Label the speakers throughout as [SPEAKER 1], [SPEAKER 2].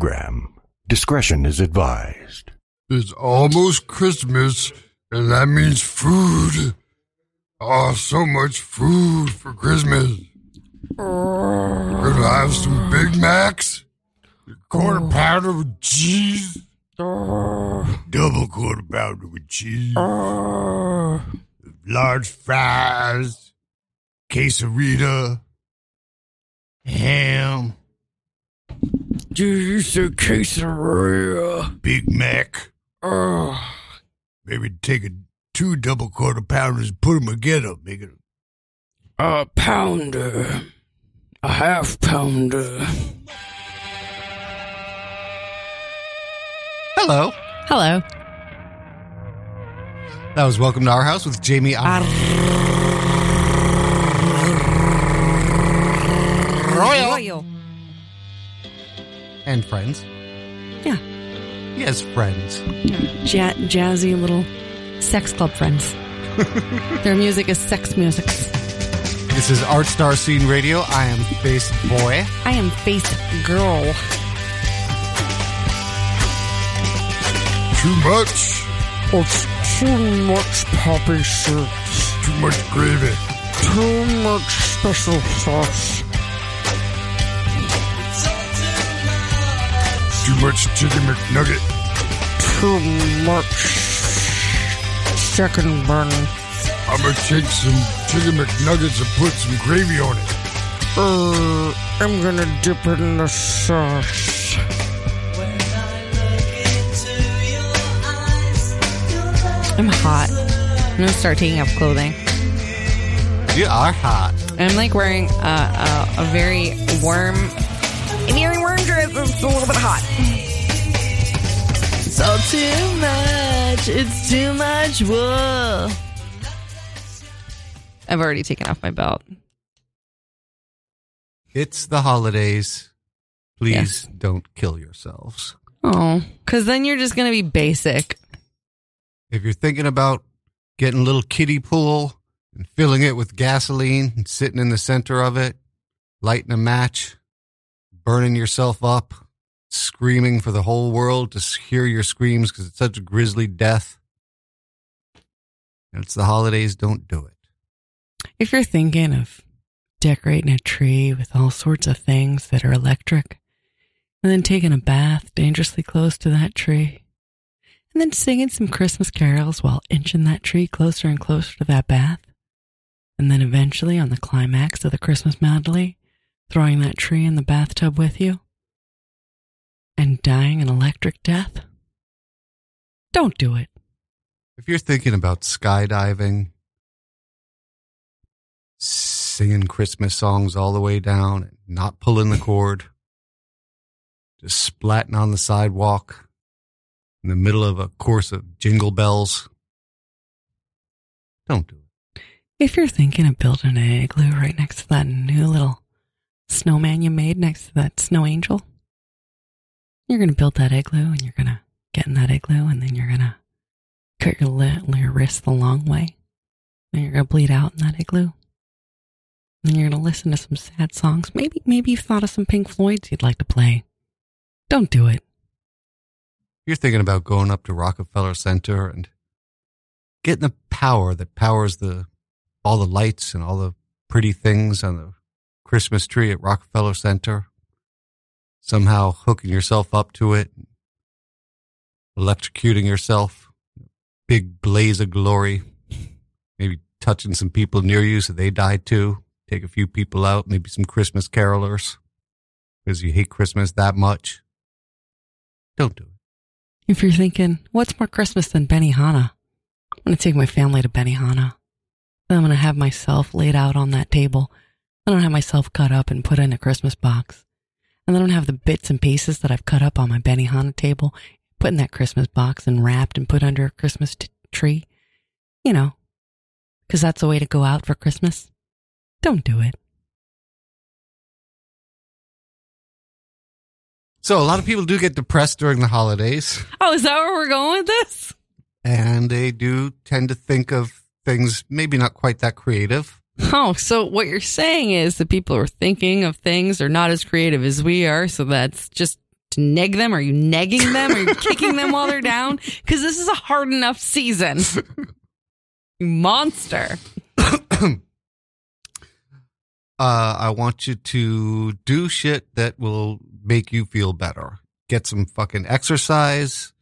[SPEAKER 1] program. Discretion is advised.
[SPEAKER 2] It's almost Christmas, and that means food. Oh, so much food for Christmas. We're gonna have some Big Macs, a quarter pounder with cheese, double quarter pounder with cheese, large fries, quesarita, ham,
[SPEAKER 3] Dude, you said quesadilla.
[SPEAKER 2] Big Mac.
[SPEAKER 3] Oh,
[SPEAKER 2] Maybe take a two double quarter pounders, put them together, make it
[SPEAKER 3] a pounder. A half pounder.
[SPEAKER 4] Hello.
[SPEAKER 5] Hello.
[SPEAKER 4] That was Welcome to Our House with Jamie. Ar- Royal. and friends.
[SPEAKER 5] Yeah.
[SPEAKER 4] Yes, friends.
[SPEAKER 5] Ja- jazzy little sex club friends. Their music is sex music.
[SPEAKER 4] This is Art Star Scene Radio. I am Face Boy.
[SPEAKER 5] I am face girl.
[SPEAKER 2] too much,
[SPEAKER 3] It's too much poppy seeds.
[SPEAKER 2] too much gravy.
[SPEAKER 3] Too much special sauce.
[SPEAKER 2] Too much chicken McNugget.
[SPEAKER 3] Too much second bun.
[SPEAKER 2] I'm gonna take some chicken McNuggets and put some gravy on it.
[SPEAKER 3] Uh, I'm gonna dip it in the sauce.
[SPEAKER 5] I'm hot. I'm gonna start taking off clothing.
[SPEAKER 4] You are hot.
[SPEAKER 5] I'm like wearing a, a, a very warm, an earring worm dress. It's a little bit hot. It's all too much. It's too much. Whoa. I've already taken off my belt.
[SPEAKER 4] It's the holidays. Please
[SPEAKER 5] Yes.
[SPEAKER 4] don't kill yourselves.
[SPEAKER 5] Oh, because then you're just gonna be basic.
[SPEAKER 4] If you're thinking about getting a little kiddie pool and filling it with gasoline and sitting in the center of it, lighting a match, burning yourself up, screaming for the whole world to hear your screams because it's such a grisly death. And it's the holidays, don't do it.
[SPEAKER 5] If you're thinking of decorating a tree with all sorts of things that are electric, and then taking a bath dangerously close to that tree, and then singing some Christmas carols while inching that tree closer and closer to that bath, and then eventually on the climax of the Christmas medley, throwing that tree in the bathtub with you, and dying an electric death, don't do it.
[SPEAKER 4] If you're thinking about skydiving, singing Christmas songs all the way down, and not pulling the cord, just splatting on the sidewalk in the middle of a course of jingle bells, don't do it.
[SPEAKER 5] If you're thinking of building an igloo right next to that new little snowman you made next to that snow angel, you're going to build that igloo and you're going to get in that igloo and then you're going to cut your, li- your wrist the long way. Then you're going to bleed out in that igloo. Then you're going to listen to some sad songs. Maybe, maybe you've thought of some Pink Floyds you'd like to play. Don't do it.
[SPEAKER 4] If you're thinking about going up to Rockefeller Center and getting the power that powers the all the lights and all the pretty things on the Christmas tree at Rockefeller Center. Somehow hooking yourself up to it, electrocuting yourself, big blaze of glory, maybe touching some people near you so they die too. Take a few people out, maybe some Christmas carolers because you hate Christmas that much. Don't do it.
[SPEAKER 5] If you're thinking, what's more Christmas than Benihana? I'm going to take my family to Benihana. Then I'm going to have myself laid out on that table. Then I'm going to have myself cut up and put in a Christmas box. And then I'm going to have the bits and pieces that I've cut up on my Benihana table, put in that Christmas box and wrapped and put under a Christmas t- tree. You know, because that's the way to go out for Christmas. Don't do it.
[SPEAKER 4] So a lot of people do get depressed during the holidays,
[SPEAKER 5] Oh, is that where we're going with this?
[SPEAKER 4] and they do tend to think of things maybe not quite that creative.
[SPEAKER 5] Oh, so what you're saying is that people are thinking of things are not as creative as we are, so that's just to neg them? Are you negging them? Are you kicking them while they're down? Because this is a hard enough season. You monster.
[SPEAKER 4] Uh, I want you to do shit that will make you feel better. Get some fucking exercise.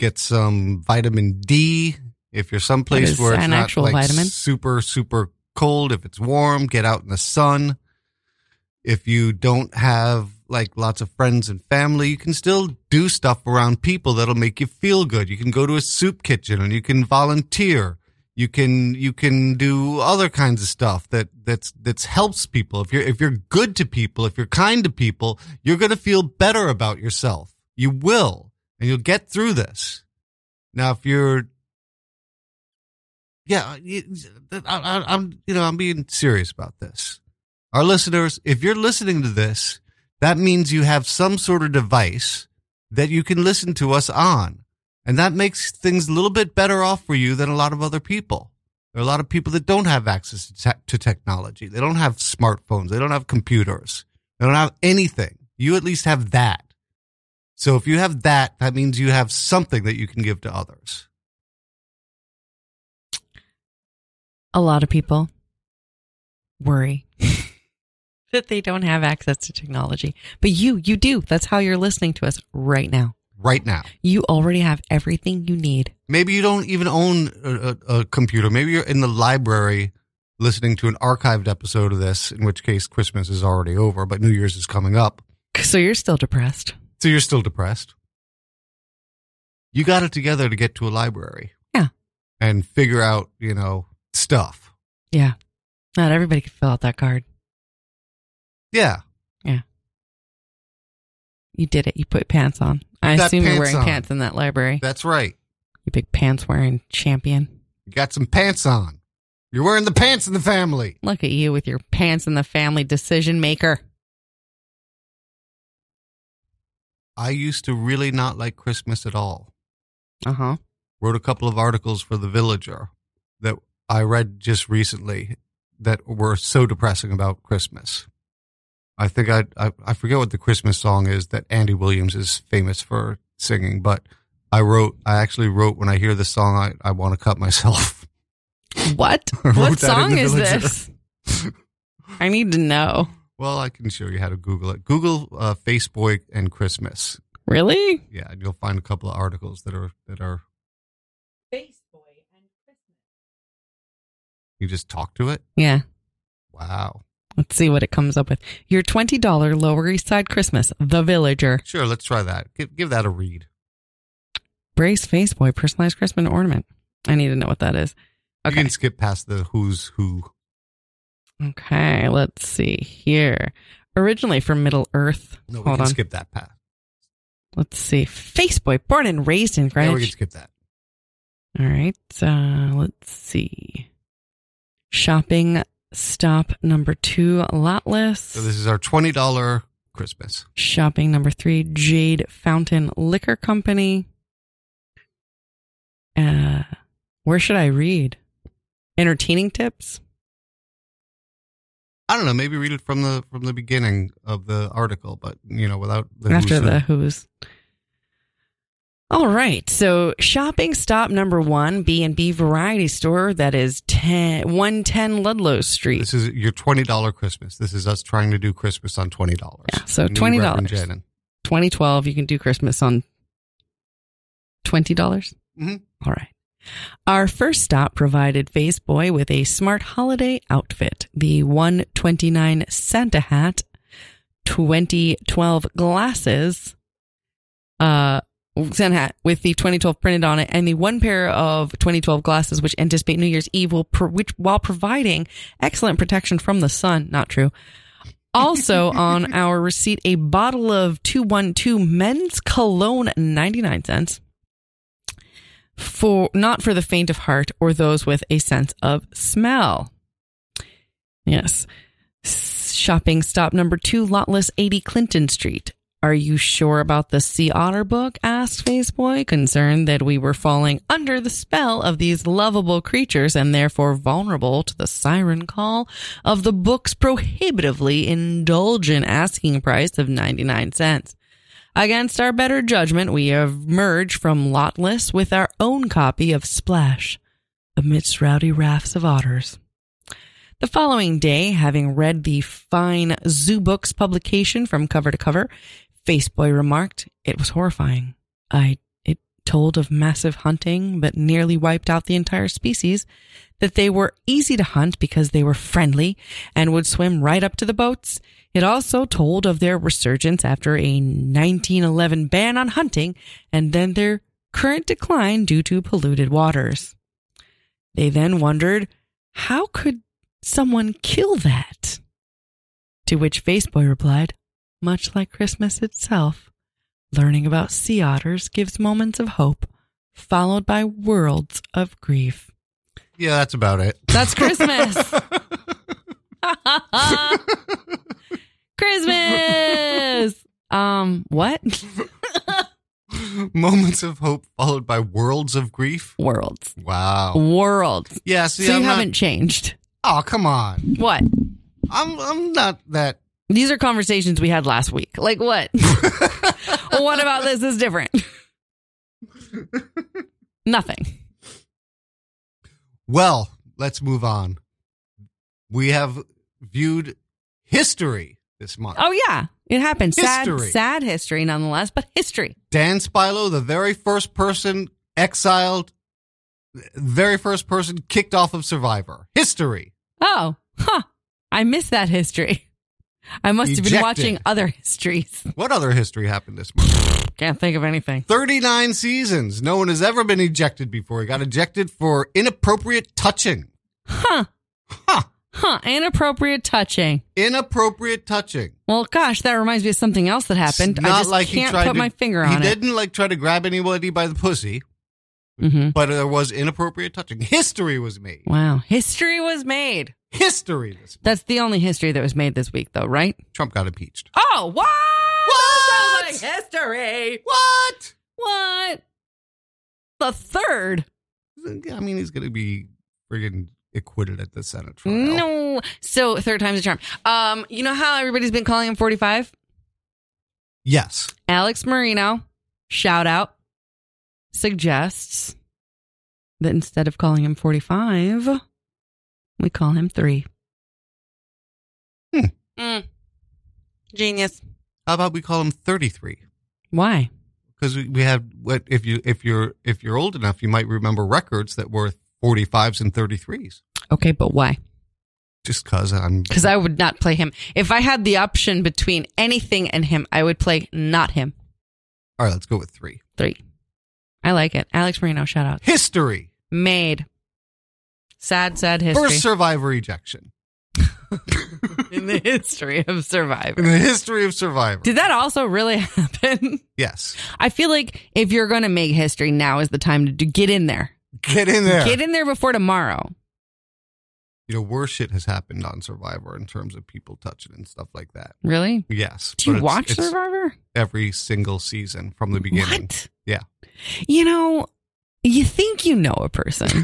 [SPEAKER 4] Get some vitamin D. If you're
[SPEAKER 5] That
[SPEAKER 4] someplace
[SPEAKER 5] is
[SPEAKER 4] where it's
[SPEAKER 5] an
[SPEAKER 4] not
[SPEAKER 5] actual
[SPEAKER 4] like
[SPEAKER 5] vitamin.
[SPEAKER 4] super super cold, if it's warm, get out in the sun. If you don't have like lots of friends and family, you can still do stuff around people that'll make you feel good. You can go to a soup kitchen and you can volunteer you can you can do other kinds of stuff that that's that's helps people if you're if you're good to people if you're kind to people you're going to feel better about yourself you will and you'll get through this now if you're yeah you- I, I, i'm you know i'm being serious about this our listeners if you're listening to this that means you have some sort of device that you can listen to us on and that makes things a little bit better off for you than a lot of other people. There are a lot of people that don't have access to, tech to technology. They don't have smartphones. They don't have computers. They don't have anything. You at least have that. So if you have that, that means you have something that you can give to others.
[SPEAKER 5] A lot of people worry that they don't have access to technology. But you, you do. That's how you're listening to us right now.
[SPEAKER 4] Right now,
[SPEAKER 5] You already have everything you need.
[SPEAKER 4] maybe you don't even own a, a, a computer. Maybe you're in the library listening to an archived episode of this, in which case Christmas is already over, but New Year's is coming up.
[SPEAKER 5] So you're still depressed.
[SPEAKER 4] So you're still depressed. You got it together to get to a library.
[SPEAKER 5] Yeah.
[SPEAKER 4] And figure out, you know, stuff.
[SPEAKER 5] Yeah. Not everybody could fill out that card.
[SPEAKER 4] Yeah.
[SPEAKER 5] You did it. You put pants on. I
[SPEAKER 4] Got
[SPEAKER 5] assume you're
[SPEAKER 4] pants
[SPEAKER 5] wearing
[SPEAKER 4] on.
[SPEAKER 5] pants in that library.
[SPEAKER 4] That's right.
[SPEAKER 5] you big pants wearing champion.
[SPEAKER 4] You got some pants on. You're wearing the pants in the family.
[SPEAKER 5] Look at you with your pants in the family decision maker.
[SPEAKER 4] I used to really not like Christmas at all.
[SPEAKER 5] Uh huh.
[SPEAKER 4] Uh-huh. Wrote a couple of articles for The Villager that I read just recently that were so depressing about Christmas. I think I, I I forget what the Christmas song is that Andy Williams is famous for singing, but I wrote I actually wrote when I hear this song I, I want to cut myself.
[SPEAKER 5] What?
[SPEAKER 4] I wrote that in
[SPEAKER 5] what song
[SPEAKER 4] the
[SPEAKER 5] is
[SPEAKER 4] Villager.
[SPEAKER 5] this? I need to know.
[SPEAKER 4] Well, I can show you how to Google it. Google uh, Faceboy and Christmas.
[SPEAKER 5] Really?
[SPEAKER 4] Yeah, and you'll find a couple of articles that are that are. You just talk to it.
[SPEAKER 5] Yeah.
[SPEAKER 4] Wow.
[SPEAKER 5] Let's see what it comes up with. Your $20 Lower East Side Christmas, The Villager.
[SPEAKER 4] Sure, let's try that. Give give that a read.
[SPEAKER 5] Brace Face Boy Personalized Christmas Ornament. I need to know what that is.
[SPEAKER 4] You
[SPEAKER 5] Okay.
[SPEAKER 4] can skip past the who's who.
[SPEAKER 5] Okay. Let's see here. Originally from Middle Earth.
[SPEAKER 4] No, we
[SPEAKER 5] Hold
[SPEAKER 4] can
[SPEAKER 5] on.
[SPEAKER 4] skip that path.
[SPEAKER 5] Let's see. Face Boy, born and raised in
[SPEAKER 4] Yeah,
[SPEAKER 5] Greenwich.
[SPEAKER 4] we can skip that.
[SPEAKER 5] All right. Uh, let's see. Shopping stop number two, lot list.
[SPEAKER 4] So this is our twenty dollar Christmas.
[SPEAKER 5] Shopping number three, Jade Fountain Liquor Company. Uh, where should I read? Entertaining tips?
[SPEAKER 4] I don't know. Maybe read it from the from the beginning of the article, but you know, without the who's
[SPEAKER 5] after
[SPEAKER 4] who.
[SPEAKER 5] the who's all right so shopping stop number one b&b variety store that is 10, 110 ludlow street
[SPEAKER 4] This is your twenty dollar Christmas. This is us trying to do Christmas on twenty dollars.
[SPEAKER 5] Yeah, so $20. 2012 you can do christmas on $20 dollars
[SPEAKER 4] Mhm.
[SPEAKER 5] all right our first stop provided Face Boy with a smart holiday outfit, the 129 Santa hat, 2012 glasses, uh, Santa hat with the 2012 printed on it, and the one pair of 2012 glasses which anticipate New Year's Eve will, pro- which while providing excellent protection from the sun, not true. Also on our receipt, a bottle of 212 men's cologne, 99 cents for not for the faint of heart or those with a sense of smell. Yes. S- Shopping stop number two, lotless 80 Clinton Street. Are you sure about the sea otter book? asked Faceboy, concerned that we were falling under the spell of these lovable creatures and therefore vulnerable to the siren call of the book's prohibitively indulgent asking price of 99 cents. Against our better judgment, we emerge from Lotless with our own copy of Splash amidst rowdy rafts of otters. The following day, having read the fine Zoo Books publication from cover to cover, Faceboy remarked, It was horrifying. I, it told of massive hunting, but nearly wiped out the entire species, that they were easy to hunt because they were friendly and would swim right up to the boats. It also told of their resurgence after a 1911 ban on hunting and then their current decline due to polluted waters. They then wondered, how could someone kill that? To which Faceboy replied, much like Christmas itself, learning about sea otters gives moments of hope, followed by worlds of grief.
[SPEAKER 4] Yeah, that's about it.
[SPEAKER 5] That's Christmas. Christmas. Um, what?
[SPEAKER 4] Moments of hope followed by worlds of grief.
[SPEAKER 5] Worlds.
[SPEAKER 4] Wow.
[SPEAKER 5] Worlds.
[SPEAKER 4] Yeah,
[SPEAKER 5] Oh. So
[SPEAKER 4] see,
[SPEAKER 5] you
[SPEAKER 4] I'm not-
[SPEAKER 5] haven't changed.
[SPEAKER 4] oh, come on.
[SPEAKER 5] What?
[SPEAKER 4] I'm I'm not that.
[SPEAKER 5] These are conversations we had last week. Like what? what about this is different? Nothing.
[SPEAKER 4] Well, let's move on. We have viewed history this month.
[SPEAKER 5] Oh yeah, it happened.
[SPEAKER 4] History.
[SPEAKER 5] Sad, sad history nonetheless, but history.
[SPEAKER 4] Dan Spilo, the very first person exiled, very first person kicked off of Survivor. History.
[SPEAKER 5] Oh, huh. I missed that history. I must have been
[SPEAKER 4] Ejected.
[SPEAKER 5] watching other histories.
[SPEAKER 4] What other history happened this month?
[SPEAKER 5] Can't think of anything.
[SPEAKER 4] 39 seasons. No one has ever been ejected before. He got ejected for inappropriate touching.
[SPEAKER 5] Huh.
[SPEAKER 4] Huh.
[SPEAKER 5] Huh. Inappropriate touching.
[SPEAKER 4] Inappropriate touching.
[SPEAKER 5] Well, gosh, that reminds me of something else that happened.
[SPEAKER 4] It's not
[SPEAKER 5] I just
[SPEAKER 4] like
[SPEAKER 5] can't
[SPEAKER 4] he tried
[SPEAKER 5] put
[SPEAKER 4] to,
[SPEAKER 5] my finger on
[SPEAKER 4] He
[SPEAKER 5] it.
[SPEAKER 4] didn't like try to grab anybody by the pussy,
[SPEAKER 5] Mhm.
[SPEAKER 4] but there was inappropriate touching. History was made.
[SPEAKER 5] Wow. History was made.
[SPEAKER 4] History this month.
[SPEAKER 5] That's the only history that was made this week, though, right?
[SPEAKER 4] Trump got impeached.
[SPEAKER 5] Oh, what?
[SPEAKER 4] What?
[SPEAKER 5] That sounds like history.
[SPEAKER 4] What?
[SPEAKER 5] What? The third?
[SPEAKER 4] I mean, he's going to be friggin' acquitted at the Senate trial.
[SPEAKER 5] No. So third time's a charm. Um, you know how everybody's been calling him 45?
[SPEAKER 4] Yes.
[SPEAKER 5] Alex Marino, shout out, suggests that instead of calling him 45, we call him three.
[SPEAKER 4] Hmm.
[SPEAKER 5] Mm. Genius.
[SPEAKER 4] How about we call him 33?
[SPEAKER 5] Why?
[SPEAKER 4] Because we, we have what if you if you're if you're old enough, you might remember records that were 45s and 33s.
[SPEAKER 5] Okay, but why?
[SPEAKER 4] Just because I'm
[SPEAKER 5] Because I would not play him. If I had the option between anything and him, I would play not him.
[SPEAKER 4] all right. Let's go with three.
[SPEAKER 5] Three. I like it. Alex Marino, shout out.
[SPEAKER 4] History.
[SPEAKER 5] Made. Sad, sad history.
[SPEAKER 4] First survivor ejection
[SPEAKER 5] in the history of Survivor.
[SPEAKER 4] in the history of Survivor.
[SPEAKER 5] Did that also really happen?
[SPEAKER 4] yes.
[SPEAKER 5] I feel like if you're going to make history, now is the time to do, get in there.
[SPEAKER 4] Get in there.
[SPEAKER 5] Get in there before tomorrow.
[SPEAKER 4] You know, worse shit has happened on Survivor in terms of people touching and stuff like that.
[SPEAKER 5] Really?
[SPEAKER 4] Yes.
[SPEAKER 5] Do
[SPEAKER 4] but
[SPEAKER 5] you
[SPEAKER 4] it's-
[SPEAKER 5] watch
[SPEAKER 4] it's
[SPEAKER 5] Survivor?
[SPEAKER 4] every single season from the beginning?
[SPEAKER 5] What?
[SPEAKER 4] Yeah.
[SPEAKER 5] You know, you think you know a person,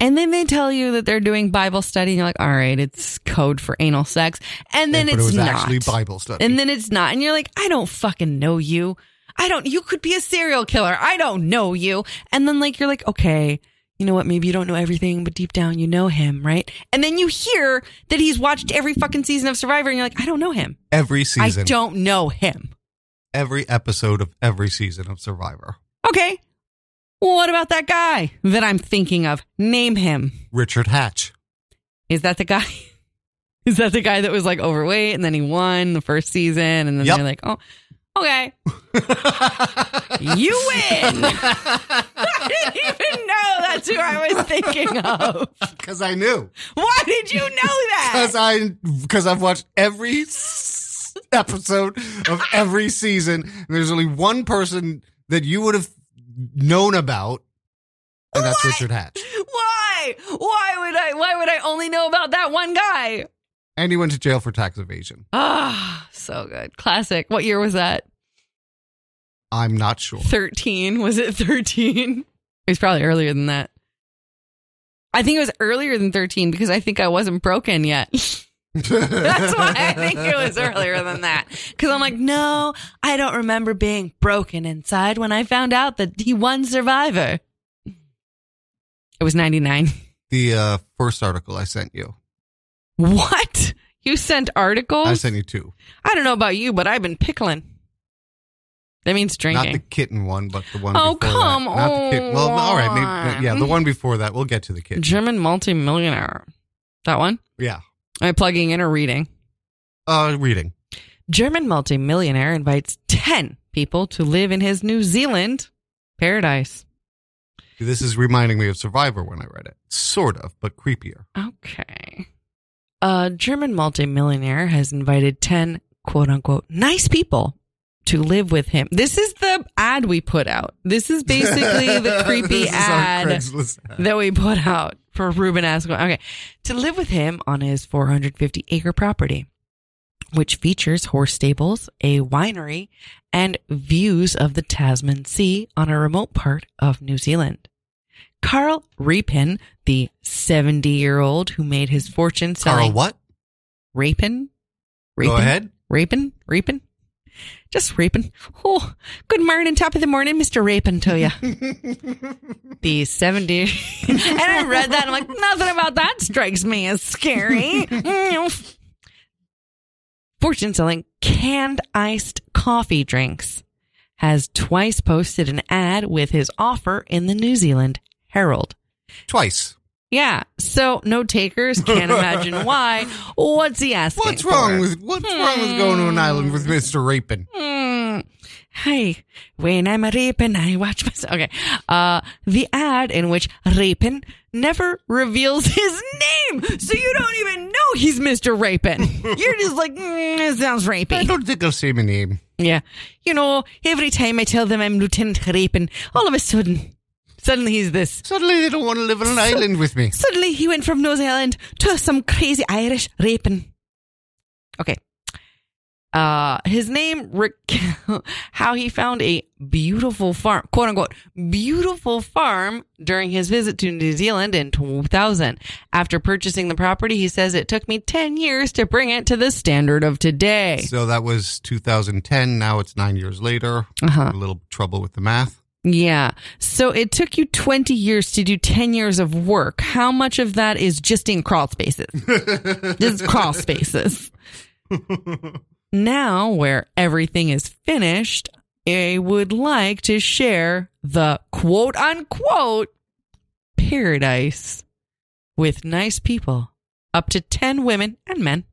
[SPEAKER 5] and then they tell you that they're doing Bible study, and you're like, all right, it's code for anal sex. And then
[SPEAKER 4] but
[SPEAKER 5] it's
[SPEAKER 4] it was
[SPEAKER 5] not.
[SPEAKER 4] actually Bible study.
[SPEAKER 5] and then it's not. And you're like, I don't fucking know you. I don't, you could be a serial killer. I don't know you. And then like, you're like, okay, you know what? Maybe you don't know everything, but deep down you know him, right? And then you hear that he's watched every fucking season of Survivor and you're like, I don't know him.
[SPEAKER 4] every season.
[SPEAKER 5] I don't know him.
[SPEAKER 4] every episode of every season of Survivor.
[SPEAKER 5] Okay. Well, what about that guy that I'm thinking of? Name him.
[SPEAKER 4] Richard Hatch.
[SPEAKER 5] Is that the guy? Is that the guy that was like overweight and then he won the first season and then
[SPEAKER 4] Yep.
[SPEAKER 5] they're like, oh, okay, you win. I didn't even know that's who I was thinking of.
[SPEAKER 4] Because I knew.
[SPEAKER 5] Why did you know that?
[SPEAKER 4] Because I because I've watched every s- episode of every season. And there's only one person that you would have known about, and that's Richard Hatch.
[SPEAKER 5] Why? Why would I? Why would I only know about that one guy?
[SPEAKER 4] And he went to jail for tax evasion.
[SPEAKER 5] Ah, so good. Classic. What year was that?
[SPEAKER 4] I'm not sure.
[SPEAKER 5] 13. Was it 13? It was probably earlier than that. I think it was earlier than 13 because I think I wasn't broken yet. That's why I think it was earlier than that. Because I'm like, no, I don't remember being broken inside when I found out that he won Survivor. It was 99.
[SPEAKER 4] the uh, first article I sent you.
[SPEAKER 5] What? You sent articles?
[SPEAKER 4] I sent you two.
[SPEAKER 5] I don't know about you, but I've been pickling. That means
[SPEAKER 4] Not the
[SPEAKER 5] drinking.
[SPEAKER 4] kitten one, but the one.
[SPEAKER 5] Oh,
[SPEAKER 4] before
[SPEAKER 5] come
[SPEAKER 4] that. Not the kitten. Well, all right,
[SPEAKER 5] on.
[SPEAKER 4] maybe, yeah, the one before that. We'll get to the kitten.
[SPEAKER 5] German multimillionaire. That one?
[SPEAKER 4] Yeah,
[SPEAKER 5] Am I plugging in or reading?
[SPEAKER 4] uh, reading.
[SPEAKER 5] German multimillionaire invites 10 people to live in his New Zealand paradise.
[SPEAKER 4] This is reminding me of Survivor when I read it, sort of, but creepier.
[SPEAKER 5] Okay. A German multimillionaire has invited 10 quote unquote nice people to live with him. This is the ad we put out. This is basically the creepy
[SPEAKER 4] This is our
[SPEAKER 5] ad
[SPEAKER 4] Craigslist ad.
[SPEAKER 5] that we put out for Ruben Askel. Okay. To live with him on his 450 acre property, which features horse stables, a winery, and views of the Tasman Sea on a remote part of New Zealand. Carl Rapin, the 70 year old who made his fortune
[SPEAKER 4] Carl,
[SPEAKER 5] selling.
[SPEAKER 4] what?
[SPEAKER 5] Rapin?
[SPEAKER 4] Go ahead.
[SPEAKER 5] Rapin? Rapin? Just rapin. Oh, good morning, top of the morning, Mr. Rapin to you. the 70. and I read that. I'm like, nothing about that strikes me as scary. Mm. Fortune selling canned iced coffee drinks has twice posted an ad with his offer in the New Zealand Herald.
[SPEAKER 4] Twice.
[SPEAKER 5] Yeah, so no takers. Can't imagine why. What's he asking?
[SPEAKER 4] What's wrong
[SPEAKER 5] for?
[SPEAKER 4] with What's wrong with going to an island with Mister Rapin?
[SPEAKER 5] Hmm. Hey, when I'm raping, I watch myself. Okay. Uh, the ad in which Rapin never reveals his name. So you don't even know he's Mr. Rapin. You're just like, mm, it sounds
[SPEAKER 4] I
[SPEAKER 5] rapey.
[SPEAKER 4] don't think I'll say my name.
[SPEAKER 5] Yeah. You know, every time I tell them I'm Lieutenant Rapin, all of a sudden, suddenly he's this.
[SPEAKER 4] Suddenly, they don't want to live on an island with me.
[SPEAKER 5] Suddenly he went from New Zealand to some crazy Irish raping. Okay. Uh, his name, Rick, how he found a beautiful farm, quote unquote, beautiful farm during his visit to New Zealand in 2000. After purchasing the property, he says it took me 10 years to bring it to the standard of today.
[SPEAKER 4] So that was 2010. Now it's nine years later.
[SPEAKER 5] Uh-huh.
[SPEAKER 4] A little trouble with the math.
[SPEAKER 5] Yeah. So it took you 20 years to do 10 years of work. How much of that is just in crawl spaces? just crawl spaces. now, where everything is finished, I would like to share the quote unquote paradise with nice people, up to 10 women and men.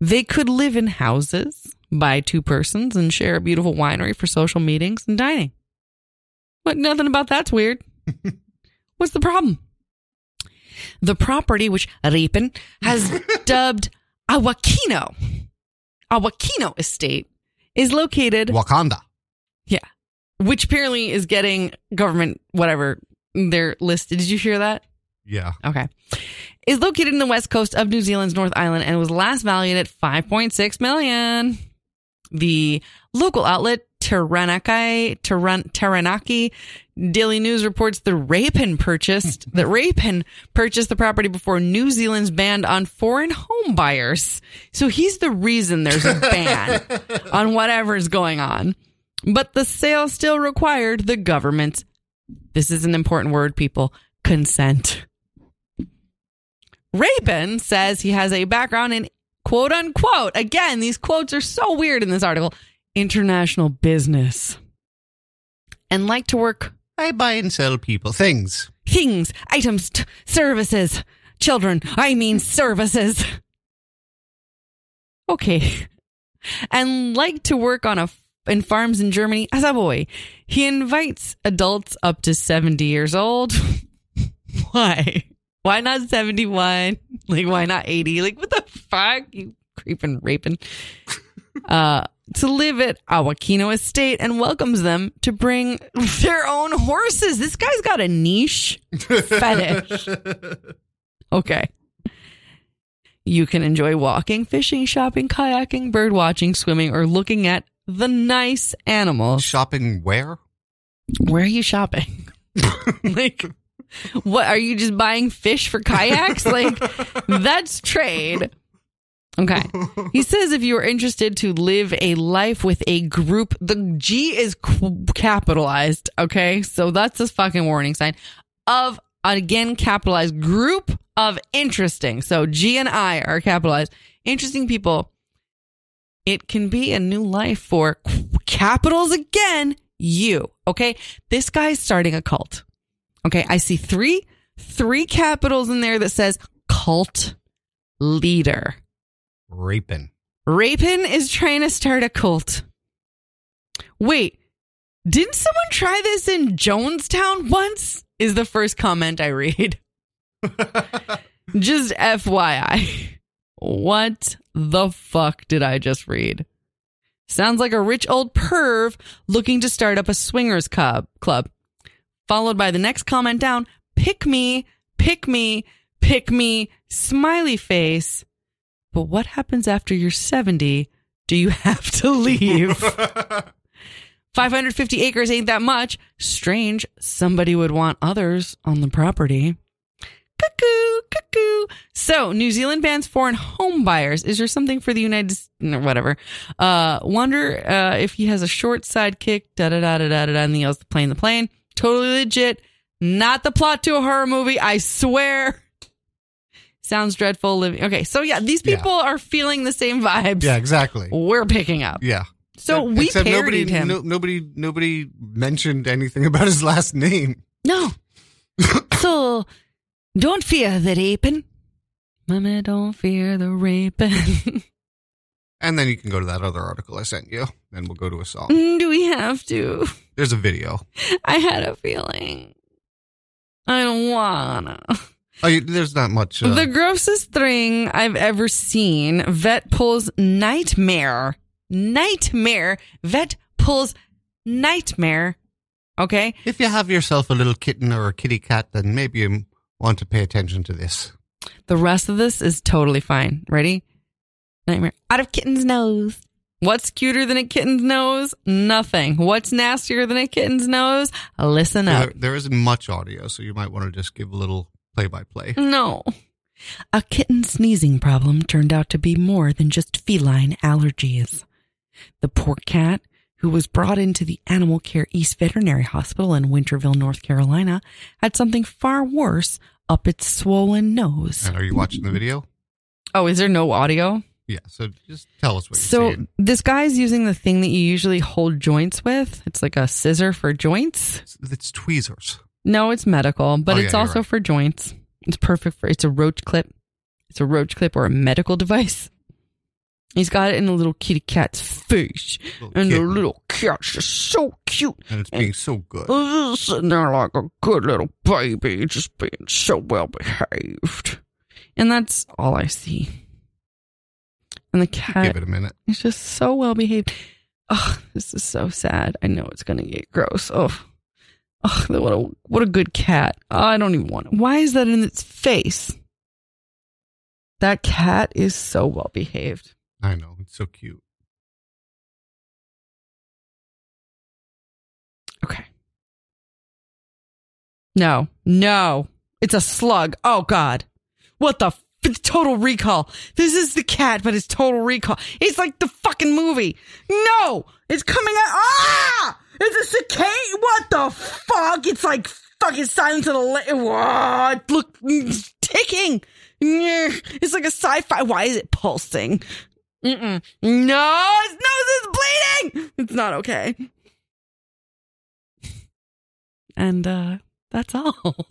[SPEAKER 5] They could live in houses by two persons and share a beautiful winery for social meetings and dining. What? Nothing about that's weird. What's the problem? The property, which Rapin has dubbed Awakino, Awakino Estate, is located,
[SPEAKER 4] Wakanda.
[SPEAKER 5] which apparently is getting government whatever they're listed. Did you hear that?
[SPEAKER 4] Yeah.
[SPEAKER 5] Okay. Is located in the west coast of New Zealand's North Island and was last valued at 5.6 million. The local outlet Taranaki, Taran, Taranaki Daily News reports the Rapin purchased that Rapin purchased the property before New Zealand's ban on foreign home buyers. So he's the reason there's a ban on whatever's going on. But the sale still required the government's this is an important word, people. Consent. Rapin says he has a background in quote unquote. Again, these quotes are so weird in this article. International business. And like to work
[SPEAKER 4] I buy and sell people things.
[SPEAKER 5] things, items, t- services, children. I mean services. Okay. And like to work on a f- in farms in Germany as a boy. He invites adults up to 70 years old. why? Why not 71? Like why not 80? Like what the fuck? You creeping raping. Uh to live at Awakino Estate and welcomes them to bring their own horses. This guy's got a niche fetish. Okay. You can enjoy walking, fishing, shopping, kayaking, bird watching, swimming, or looking at the nice animals.
[SPEAKER 4] Shopping where?
[SPEAKER 5] Where are you shopping? like, what are you just buying fish for kayaks? Like, that's trade. Okay. he says if you are interested to live a life with a group, the G is qu- capitalized. Okay. So that's a fucking warning sign of, again, capitalized group of interesting. So G and I are capitalized. Interesting people. It can be a new life for qu- capitals again, you. Okay. This guy's starting a cult. Okay. I see three, three capitals in there that says cult leader.
[SPEAKER 4] Raping.
[SPEAKER 5] Rapin is trying to start a cult. Wait, didn't someone try this in Jonestown once? Is the first comment I read. just FYI. What the fuck did I just read? Sounds like a rich old perv looking to start up a swingers club. club. Followed by the next comment down pick me, pick me, pick me, smiley face. But what happens after you're 70? Do you have to leave? 550 acres ain't that much. Strange, somebody would want others on the property. Cuckoo, cuckoo. So, New Zealand bans foreign home buyers. Is there something for the United S- no, whatever? Uh, wonder uh, if he has a short sidekick. Da da da da da da. da, And he yells the plane, the plane. Totally legit. Not the plot to a horror movie. I swear. Sounds dreadful. Living. Okay, so yeah, these
[SPEAKER 4] Yeah.
[SPEAKER 5] people are feeling the same vibes.
[SPEAKER 4] Yeah, exactly.
[SPEAKER 5] We're picking up.
[SPEAKER 4] Yeah.
[SPEAKER 5] Oh. So we
[SPEAKER 4] Except
[SPEAKER 5] parodied
[SPEAKER 4] nobody,
[SPEAKER 5] him.
[SPEAKER 4] no- nobody, nobody mentioned anything about his last name.
[SPEAKER 5] No. so don't fear the raping. Mama, don't fear the raping.
[SPEAKER 4] And then you can go to that other article I sent you. Then we'll go to a song.
[SPEAKER 5] Mm, Do we have to?
[SPEAKER 4] There's a video.
[SPEAKER 5] I had a feeling. I don't wanna.
[SPEAKER 4] Oh, you, there's not much. Uh,
[SPEAKER 5] The grossest thing I've ever seen. Vet pulls nightmare. Nightmare. Vet pulls nightmare. Okay.
[SPEAKER 4] if you have yourself a little kitten or a kitty cat, then maybe you want to pay attention to this.
[SPEAKER 5] The rest of this is totally fine. Ready? Nightmare. Out of kitten's nose. What's cuter than a kitten's nose? Nothing. What's nastier than a kitten's nose? Listen up.
[SPEAKER 4] There, there isn't much audio, so you might want to just give a little play by play.
[SPEAKER 5] No. A kitten sneezing problem turned out to be more than just feline allergies. The poor cat, who was brought into the Animal Care East Veterinary Hospital in Winterville, North Carolina, had something far worse up its swollen nose.
[SPEAKER 4] And are you watching the video?
[SPEAKER 5] Oh, is there no audio?
[SPEAKER 4] Yeah, so just tell us what you're
[SPEAKER 5] So
[SPEAKER 4] seeing.
[SPEAKER 5] this guy's using the thing that you usually hold joints with. It's like a scissor for joints.
[SPEAKER 4] It's, it's tweezers.
[SPEAKER 5] No, it's medical, but
[SPEAKER 4] Oh, yeah,
[SPEAKER 5] it's
[SPEAKER 4] you're
[SPEAKER 5] also
[SPEAKER 4] right.
[SPEAKER 5] for joints. It's perfect for it's a roach clip. It's a roach clip or a medical device. He's got it in a little kitty cat's face.
[SPEAKER 4] Little
[SPEAKER 5] and the
[SPEAKER 4] kitten.
[SPEAKER 5] little cat's just so cute.
[SPEAKER 4] And it's being so good.
[SPEAKER 5] Uh, Sitting there like a good little baby, just being so well behaved. And that's all I see. And the cat
[SPEAKER 4] Give it a minute.
[SPEAKER 5] He's just so well behaved. Oh, this is so sad. I know it's gonna get gross. Oh, oh, what a what a good cat. I don't even want it. Why is that in its face? That cat is so well behaved.
[SPEAKER 4] I know, it's so cute.
[SPEAKER 5] Okay. No, no, it's a slug. Oh God, what the f- it's total recall? This is the cat, but it's total recall. It's like the fucking movie. No, it's coming out. Ah, it's a cicada. What the fuck? It's like fucking Silence of the Lambs. Look, mm, it's ticking. It's like a sci-fi. Why is it pulsing? Mm-mm. No, his nose is bleeding. It's not okay. And uh that's all. what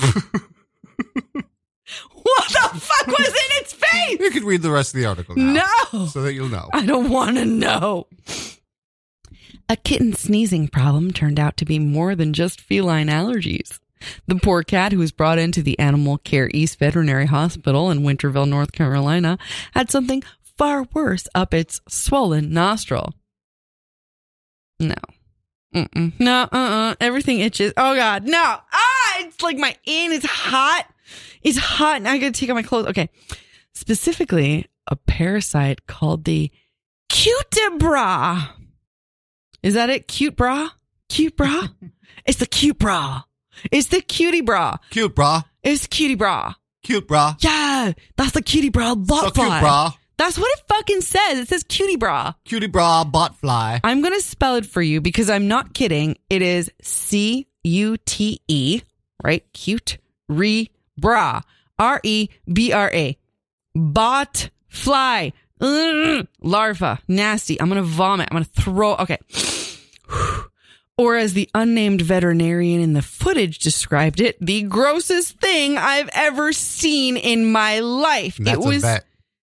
[SPEAKER 5] the fuck was in its face?
[SPEAKER 4] You can read the rest of the article now.
[SPEAKER 5] No.
[SPEAKER 4] So that you'll know.
[SPEAKER 5] I don't want to know. A kitten's sneezing problem turned out to be more than just feline allergies. The poor cat who was brought into the Animal Care East Veterinary Hospital in Winterville, North Carolina, had something far worse up its swollen nostril. No. Mm-mm. No, uh uh Everything itches. Oh, God. No. Ah, it's like my in is hot. It's hot. Now I gotta take off my clothes. Okay. Specifically, a parasite called the cutebra. Is that it? Cute bra? Cute bra? it's the cute bra. It's the cutie bra.
[SPEAKER 4] Cute bra.
[SPEAKER 5] It's cutie bra.
[SPEAKER 4] Cute bra.
[SPEAKER 5] Yeah, that's the cutie bra. Lot bra.
[SPEAKER 4] so cute bra.
[SPEAKER 5] That's what it fucking says. It says cutie bra.
[SPEAKER 4] Cutie bra bot fly.
[SPEAKER 5] I'm going to spell it for you because I'm not kidding. It is C U T E, right? Cute. Re bra. R E B R A. Bot fly. Ugh. Larva. Nasty. I'm going to vomit. I'm going to throw. Okay. Or as the unnamed veterinarian in the footage described it, the grossest thing I've ever seen in my life.
[SPEAKER 4] That's
[SPEAKER 5] it was
[SPEAKER 4] a vet.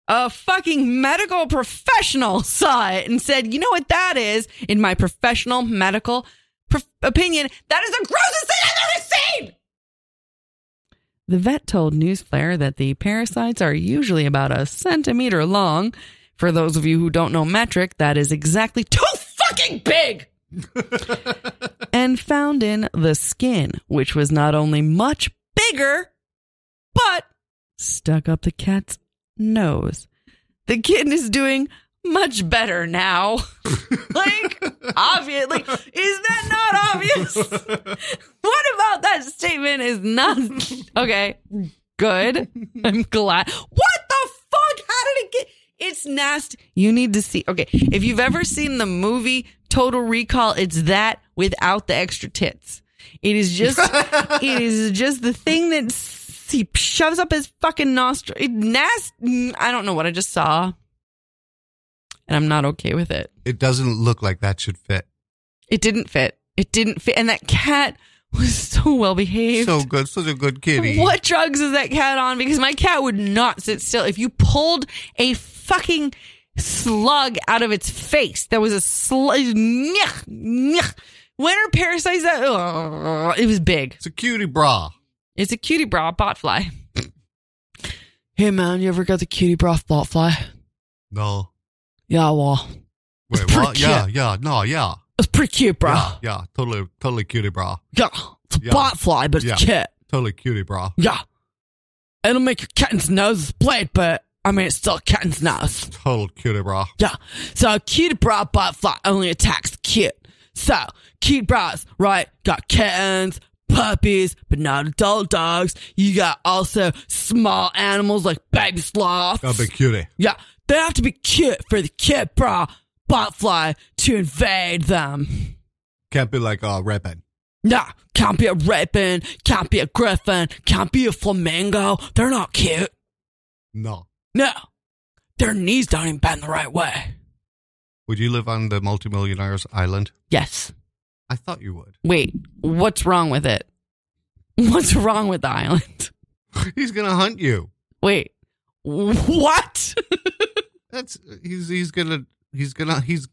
[SPEAKER 5] a fucking medical professional saw it and said, you know what that is? In my professional medical prof- opinion, that is the grossest thing I've ever seen. The vet told Newsflare that the parasites are usually about a centimeter long. For those of you who don't know metric, that is exactly too fucking big. and found in the skin, which was not only much bigger, but stuck up the cat's nose. The kitten is doing much better now. like, obviously, is that not obvious? what about that statement is not okay? Good. I'm glad. What the fuck? How did it get? It's nasty. You need to see. Okay, if you've ever seen the movie Total Recall, it's that without the extra tits. It is just. it is just the thing that s- he shoves up his fucking nostril. It nasty. I don't know what I just saw, and I'm not okay with it.
[SPEAKER 4] It doesn't look like that should fit.
[SPEAKER 5] It didn't fit. It didn't fit. And that cat was so well behaved.
[SPEAKER 4] So good, such a good kitty.
[SPEAKER 5] What drugs is that cat on? Because my cat would not sit still. If you pulled a fucking slug out of its face, there was a slug. Nyah, nyah. When are parasites that? Ugh, it was big.
[SPEAKER 4] It's a cutie bra.
[SPEAKER 5] It's a cutie bra bot fly. hey man, you ever got the cutie bra bot fly?
[SPEAKER 4] No.
[SPEAKER 5] Yeah, well,
[SPEAKER 4] Wait,
[SPEAKER 5] pretty
[SPEAKER 4] what? Yeah,
[SPEAKER 5] cute.
[SPEAKER 4] yeah, no, yeah.
[SPEAKER 5] it's pretty cute, bro.
[SPEAKER 4] Yeah, yeah, totally, totally cutie bra.
[SPEAKER 5] Yeah, it's a
[SPEAKER 4] Yeah.
[SPEAKER 5] bot fly, but it's
[SPEAKER 4] Yeah.
[SPEAKER 5] cute.
[SPEAKER 4] Totally cutie bra.
[SPEAKER 5] Yeah. It'll make your kitten's nose split, but I mean, it's still a kitten's nose.
[SPEAKER 4] Total cutie bra.
[SPEAKER 5] Yeah. So a cute bra butt fly only attacks cute. So cute bras, right? Got kittens, puppies, but not adult dogs. You got also small animals like baby sloths.
[SPEAKER 4] Gotta be cutie.
[SPEAKER 5] yeah. They have to be cute for the cute bra butt fly to invade them.
[SPEAKER 4] Can't be like a red pen.
[SPEAKER 5] Yeah. Can't be a rapin, can't be a griffin, can't be a flamingo. They're not cute.
[SPEAKER 4] No.
[SPEAKER 5] No, their knees don't even bend the right way.
[SPEAKER 4] Would you live on the multimillionaire's island?
[SPEAKER 5] Yes.
[SPEAKER 4] I thought you would.
[SPEAKER 5] Wait, what's wrong with it? What's wrong with the island?
[SPEAKER 4] He's gonna hunt you.
[SPEAKER 5] Wait, what?
[SPEAKER 4] That's he's he's gonna he's gonna he's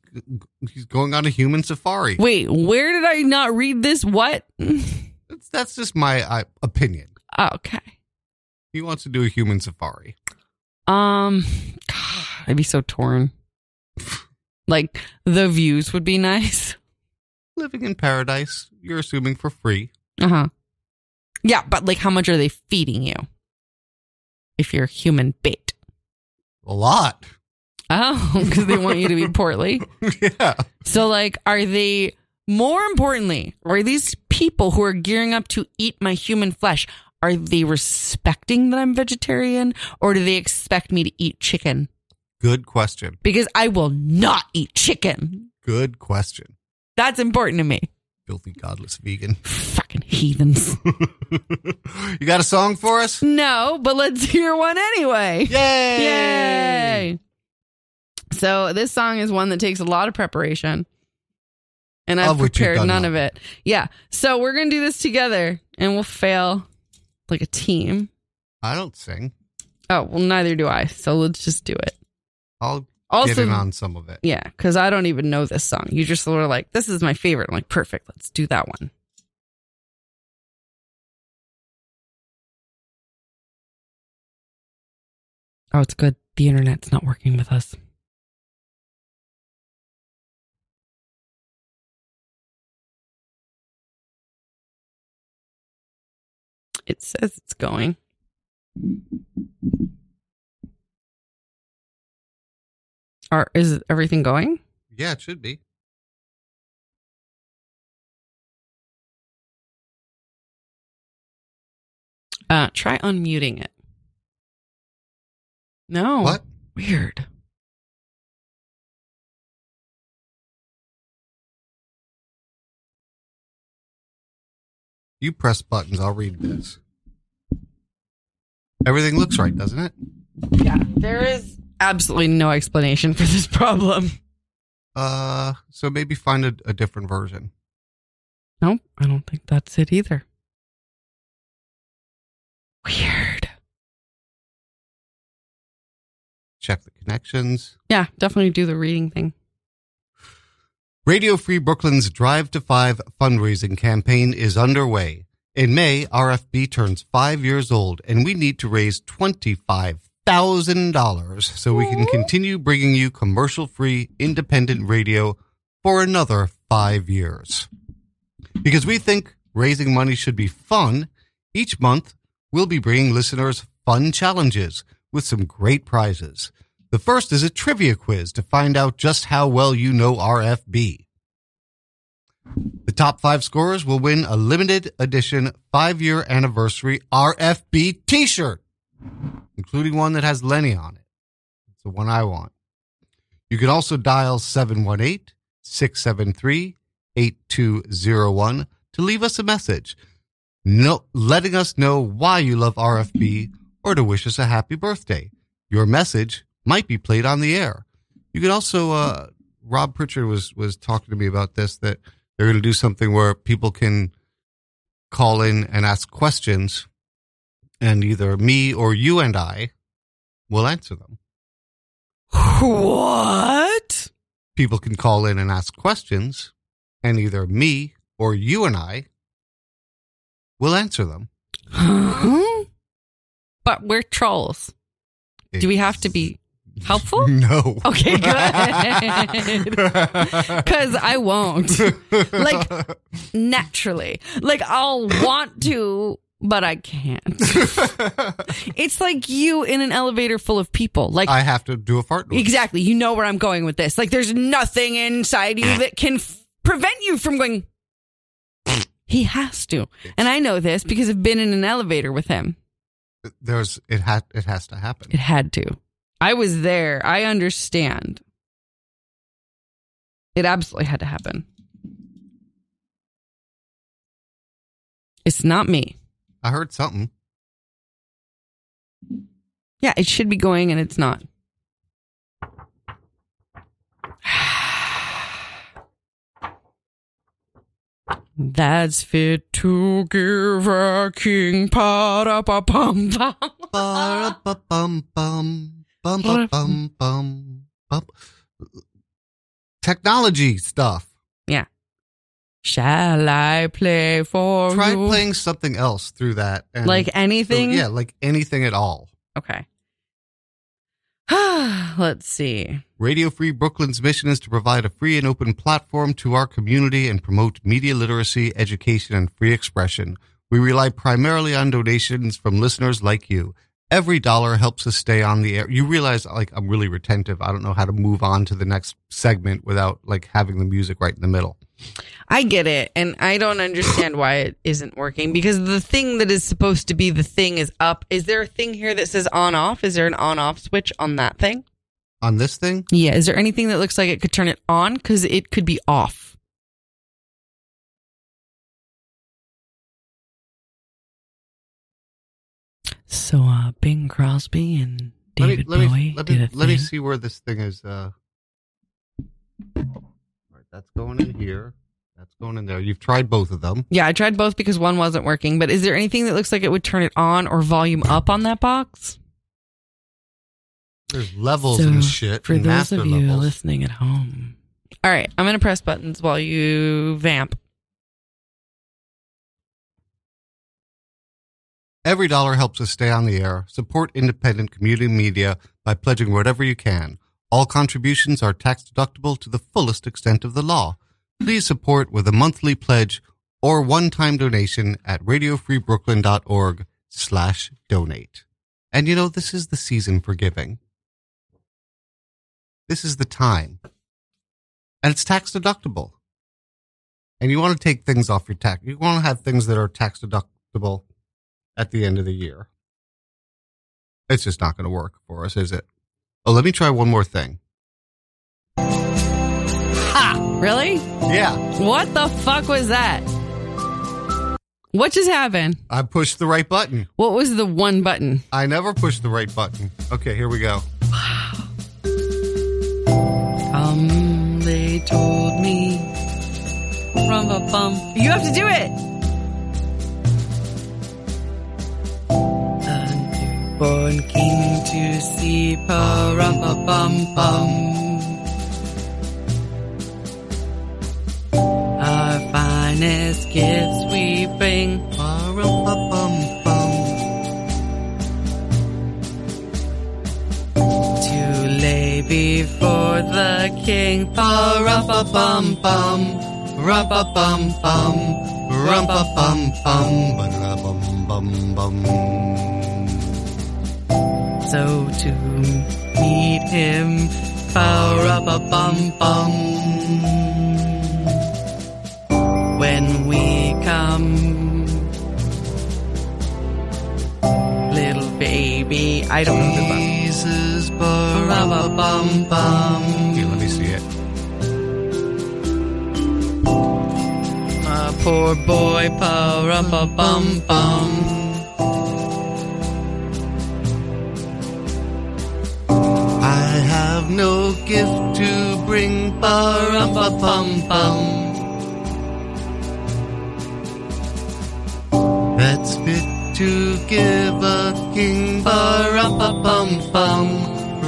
[SPEAKER 4] he's going on a human safari.
[SPEAKER 5] Wait, where did I not read this? What?
[SPEAKER 4] That's, that's just my uh, opinion.
[SPEAKER 5] Ah, Okay.
[SPEAKER 4] He wants to do a human safari.
[SPEAKER 5] Um, I'd be so torn. Like, the views would be nice.
[SPEAKER 4] Living in paradise, you're assuming for free.
[SPEAKER 5] Uh huh. Yeah, but like, how much are they feeding you? If you're human bait.
[SPEAKER 4] A lot.
[SPEAKER 5] Oh, because they want you to be portly.
[SPEAKER 4] yeah.
[SPEAKER 5] So, like, are they more importantly, are these people who are gearing up to eat my human flesh, are they respecting that I'm vegetarian or do they expect me to eat chicken?
[SPEAKER 4] Good question.
[SPEAKER 5] Because I will not eat chicken.
[SPEAKER 4] Good question.
[SPEAKER 5] That's important to me.
[SPEAKER 4] Filthy godless vegan.
[SPEAKER 5] Fucking heathens.
[SPEAKER 4] you got a song for us?
[SPEAKER 5] no, but let's hear one anyway.
[SPEAKER 4] Yay!
[SPEAKER 5] Yay. So this song is one that takes a lot of preparation. And I've
[SPEAKER 4] Of which you've
[SPEAKER 5] prepared
[SPEAKER 4] done
[SPEAKER 5] none
[SPEAKER 4] none.
[SPEAKER 5] of it. Yeah. So we're gonna do this together and we'll fail like a team.
[SPEAKER 4] I don't sing.
[SPEAKER 5] Oh, well neither do I. So let's just do it.
[SPEAKER 4] I'll get
[SPEAKER 5] Also
[SPEAKER 4] in on some of it.
[SPEAKER 5] Yeah, because I don't even know this song. You just were like, this is my favorite. I'm like, perfect, let's do that one. Oh, it's good. The internet's not working with us. It says it's going. Or is everything going?
[SPEAKER 4] Yeah, it should be.
[SPEAKER 5] Uh, try unmuting it. No. Oh.
[SPEAKER 4] What?
[SPEAKER 5] Weird.
[SPEAKER 4] You press buttons. I'll read this. Everything looks right, doesn't it?
[SPEAKER 5] Yeah, there is absolutely no explanation for this problem.
[SPEAKER 4] Uh, so maybe find a, a different version.
[SPEAKER 5] Nope, I don't think that's it either. Weird.
[SPEAKER 4] Check the connections.
[SPEAKER 5] Yeah, definitely do the reading thing.
[SPEAKER 4] Radio Free Brooklyn's Drive to Five fundraising campaign is underway. In May, RFB turns five years old, and we need to raise $25,000 so we can continue bringing you commercial free independent radio for another five years. Because we think raising money should be fun, each month we'll be bringing listeners fun challenges with some great prizes. The first is a trivia quiz to find out just how well you know RFB. The top five scorers will win a limited edition five year anniversary RFB t shirt, including one that has Lenny on it. It's the one I want. You can also dial 718 673 8201 to leave us a message no, letting us know why you love RFB or to wish us a happy birthday. Your message might be played on the air. You can also, uh, Rob Pritchard was was talking to me about this that they're going to do something where people can call in and ask questions, and either me or you and I will answer them.
[SPEAKER 5] What?
[SPEAKER 4] People can call in and ask questions, and either me or you and I will answer them.
[SPEAKER 5] Huh? But we're trolls. Do we have to be helpful?
[SPEAKER 4] No.
[SPEAKER 5] Okay, good. Because I won't. Like, naturally. Like, I'll want to, but I can't. It's like you in an elevator full of people. Like,
[SPEAKER 4] I have to do a fart noise.
[SPEAKER 5] exactly. You know where I'm going with this. Like, there's nothing inside you that can f- prevent you from going, he has to. And I know this because I've been in an elevator with him.
[SPEAKER 4] There's it had it has to happen.
[SPEAKER 5] It had to. I was there. I understand. It absolutely had to happen. It's not me.
[SPEAKER 4] I heard something.
[SPEAKER 5] Yeah, it should be going and it's not. That's fit to give a king pot up a pum pum.
[SPEAKER 4] Ba-da-ba-bum, bum, bum, ba- bum, bum, bum. Technology stuff.
[SPEAKER 5] Shall I play for
[SPEAKER 4] Try
[SPEAKER 5] you?
[SPEAKER 4] playing something else through that. And
[SPEAKER 5] Oh, like
[SPEAKER 4] so,
[SPEAKER 5] anything?
[SPEAKER 4] yeah, like anything at all.
[SPEAKER 5] Okay. Let's see.
[SPEAKER 4] Radio Free Brooklyn's mission is to provide a free and open platform to our community and promote media literacy, education, and free expression. We rely primarily on donations from listeners like you. Every dollar helps us stay on the air. You realize, like, I'm really retentive. I don't know how to move on to the next segment without, like, having the music right in the middle.
[SPEAKER 5] I get it, and I don't understand why it isn't working because the thing that is supposed to be the thing is up. Is there a thing here that says on off? Is there an on off switch on that thing?
[SPEAKER 4] On this thing,
[SPEAKER 5] Yeah. Is there anything that looks like it could turn it on? Because it could be off. So, uh, Bing Crosby and David
[SPEAKER 4] let me,
[SPEAKER 5] Bowie
[SPEAKER 4] let me,
[SPEAKER 5] did a
[SPEAKER 4] let me, let me
[SPEAKER 5] thing.
[SPEAKER 4] see where this thing is. Uh, all right, that's going in here. That's going in there. You've tried both of them.
[SPEAKER 5] Yeah, I tried both because one wasn't working. But is there anything that looks like it would turn it on or volume up on that box?
[SPEAKER 4] There's levels and shit.
[SPEAKER 5] For
[SPEAKER 4] and
[SPEAKER 5] those
[SPEAKER 4] master
[SPEAKER 5] of you
[SPEAKER 4] levels.
[SPEAKER 5] listening at home. All right, I'm gonna press buttons while you vamp.
[SPEAKER 4] Every dollar helps us stay on the air. Support independent community media by pledging whatever you can. All contributions are tax deductible to the fullest extent of the law. Please support with a monthly pledge or one-time donation at radiofreebrooklyn.org slash donate. And you know, this is the season for giving. This is the time. And it's tax deductible. And you want to take things off your tax. You want to have things that are tax deductible at the end of the year. It's just not going to work for us, is it? Oh, let me try one more thing.
[SPEAKER 5] Ha! Really?
[SPEAKER 4] Yeah,
[SPEAKER 5] What the fuck was that? What just happened?
[SPEAKER 4] I pushed the right button.
[SPEAKER 5] What was the one button?
[SPEAKER 4] I never pushed the right button. Okay, here we go.
[SPEAKER 5] Um, they told me. Rum a bum. You have to do it. A newborn king to see. Pa rum a bum bum. Our finest gifts we bring.
[SPEAKER 4] Ba-rum-ba-bum-bum.
[SPEAKER 5] to lay before the king. Ba-ra-ba-bum-bum, ra-ba-bum-bum, ra-ba-bum-bum.
[SPEAKER 4] Rum-ba-bum-bum-bum-bum.
[SPEAKER 5] So to meet him, ba-ra-ba-bum-bum. When we come, little baby, I don't know the bum.
[SPEAKER 4] Jesus, ba-rum-ba-bum-bum. Okay, let me see it.
[SPEAKER 5] My poor boy, pa rum pa bum bum.
[SPEAKER 4] I have no gift to bring, ba-rum-ba-bum-bum. That's fit to give a king, ba-rum-ba-bum-bum,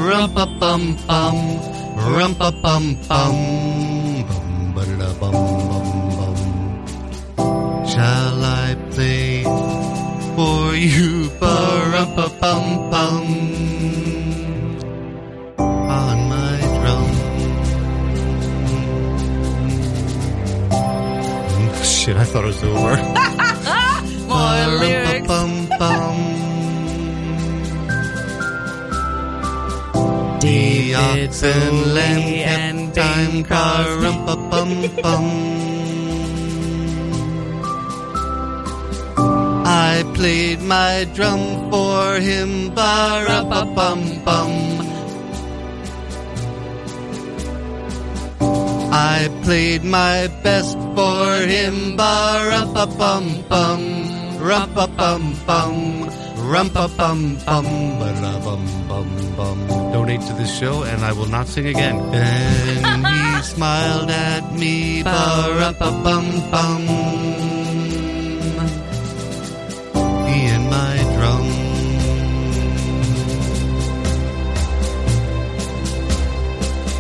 [SPEAKER 4] rum-ba-bum-bum, rum-ba-bum-bum, bum-ba-da-bum-bum-bum. Shall I play for you, ba-rum-ba-bum-bum? on my drum. Shit, I thought it was over.
[SPEAKER 5] More lyrics.
[SPEAKER 4] The oxen lamb
[SPEAKER 5] Bowie and
[SPEAKER 4] kept time
[SPEAKER 5] Bing Crosby.
[SPEAKER 4] Ba-rum-ba-bum-bum. I played my drum for him, ba-rum-ba-bum-bum. I played my best for him, ba rum pa bum bum, rum pa bum bum, rum pa bum bum, ba da bum bum bum. Donate to this show, and I will not sing again. And he smiled at me, ba rum pa bum bum. He and my drum.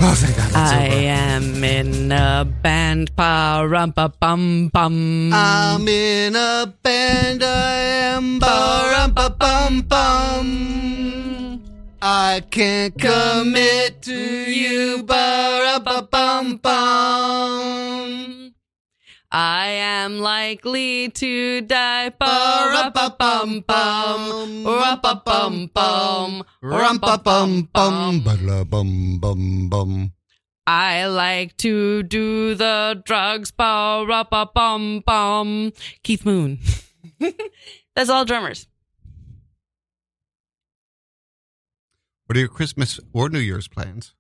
[SPEAKER 4] Oh, thank God. that's
[SPEAKER 5] I
[SPEAKER 4] over.
[SPEAKER 5] am in a band, pa rum pa bum bum.
[SPEAKER 4] I'm in a band, I am bum bum bum. I can't commit to you, ba bum bum.
[SPEAKER 5] I am likely to die, pa rum bum bum, rum pa bum bum, rum pa bum bum.
[SPEAKER 4] ba bum bum bum.
[SPEAKER 5] I like to do the drugs, pa rum pa bum bum. Keith Moon. That's all drummers.
[SPEAKER 4] What are your Christmas or New Year's plans?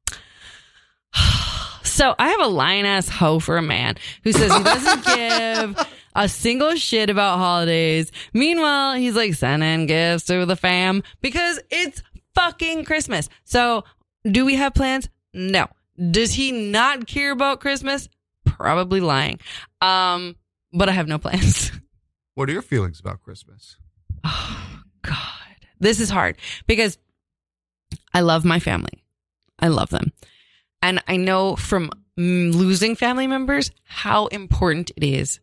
[SPEAKER 5] So I have a lion ass hoe for a man who says he doesn't give a single shit about holidays. Meanwhile, he's like sending gifts to the fam because it's fucking Christmas. So do we have plans? No. Does he not care about Christmas? Probably lying. Um, but I have no plans.
[SPEAKER 4] What are your feelings about Christmas?
[SPEAKER 5] Oh, God. This is hard because I love my family. I love them. And I know from mm, losing family members how important it is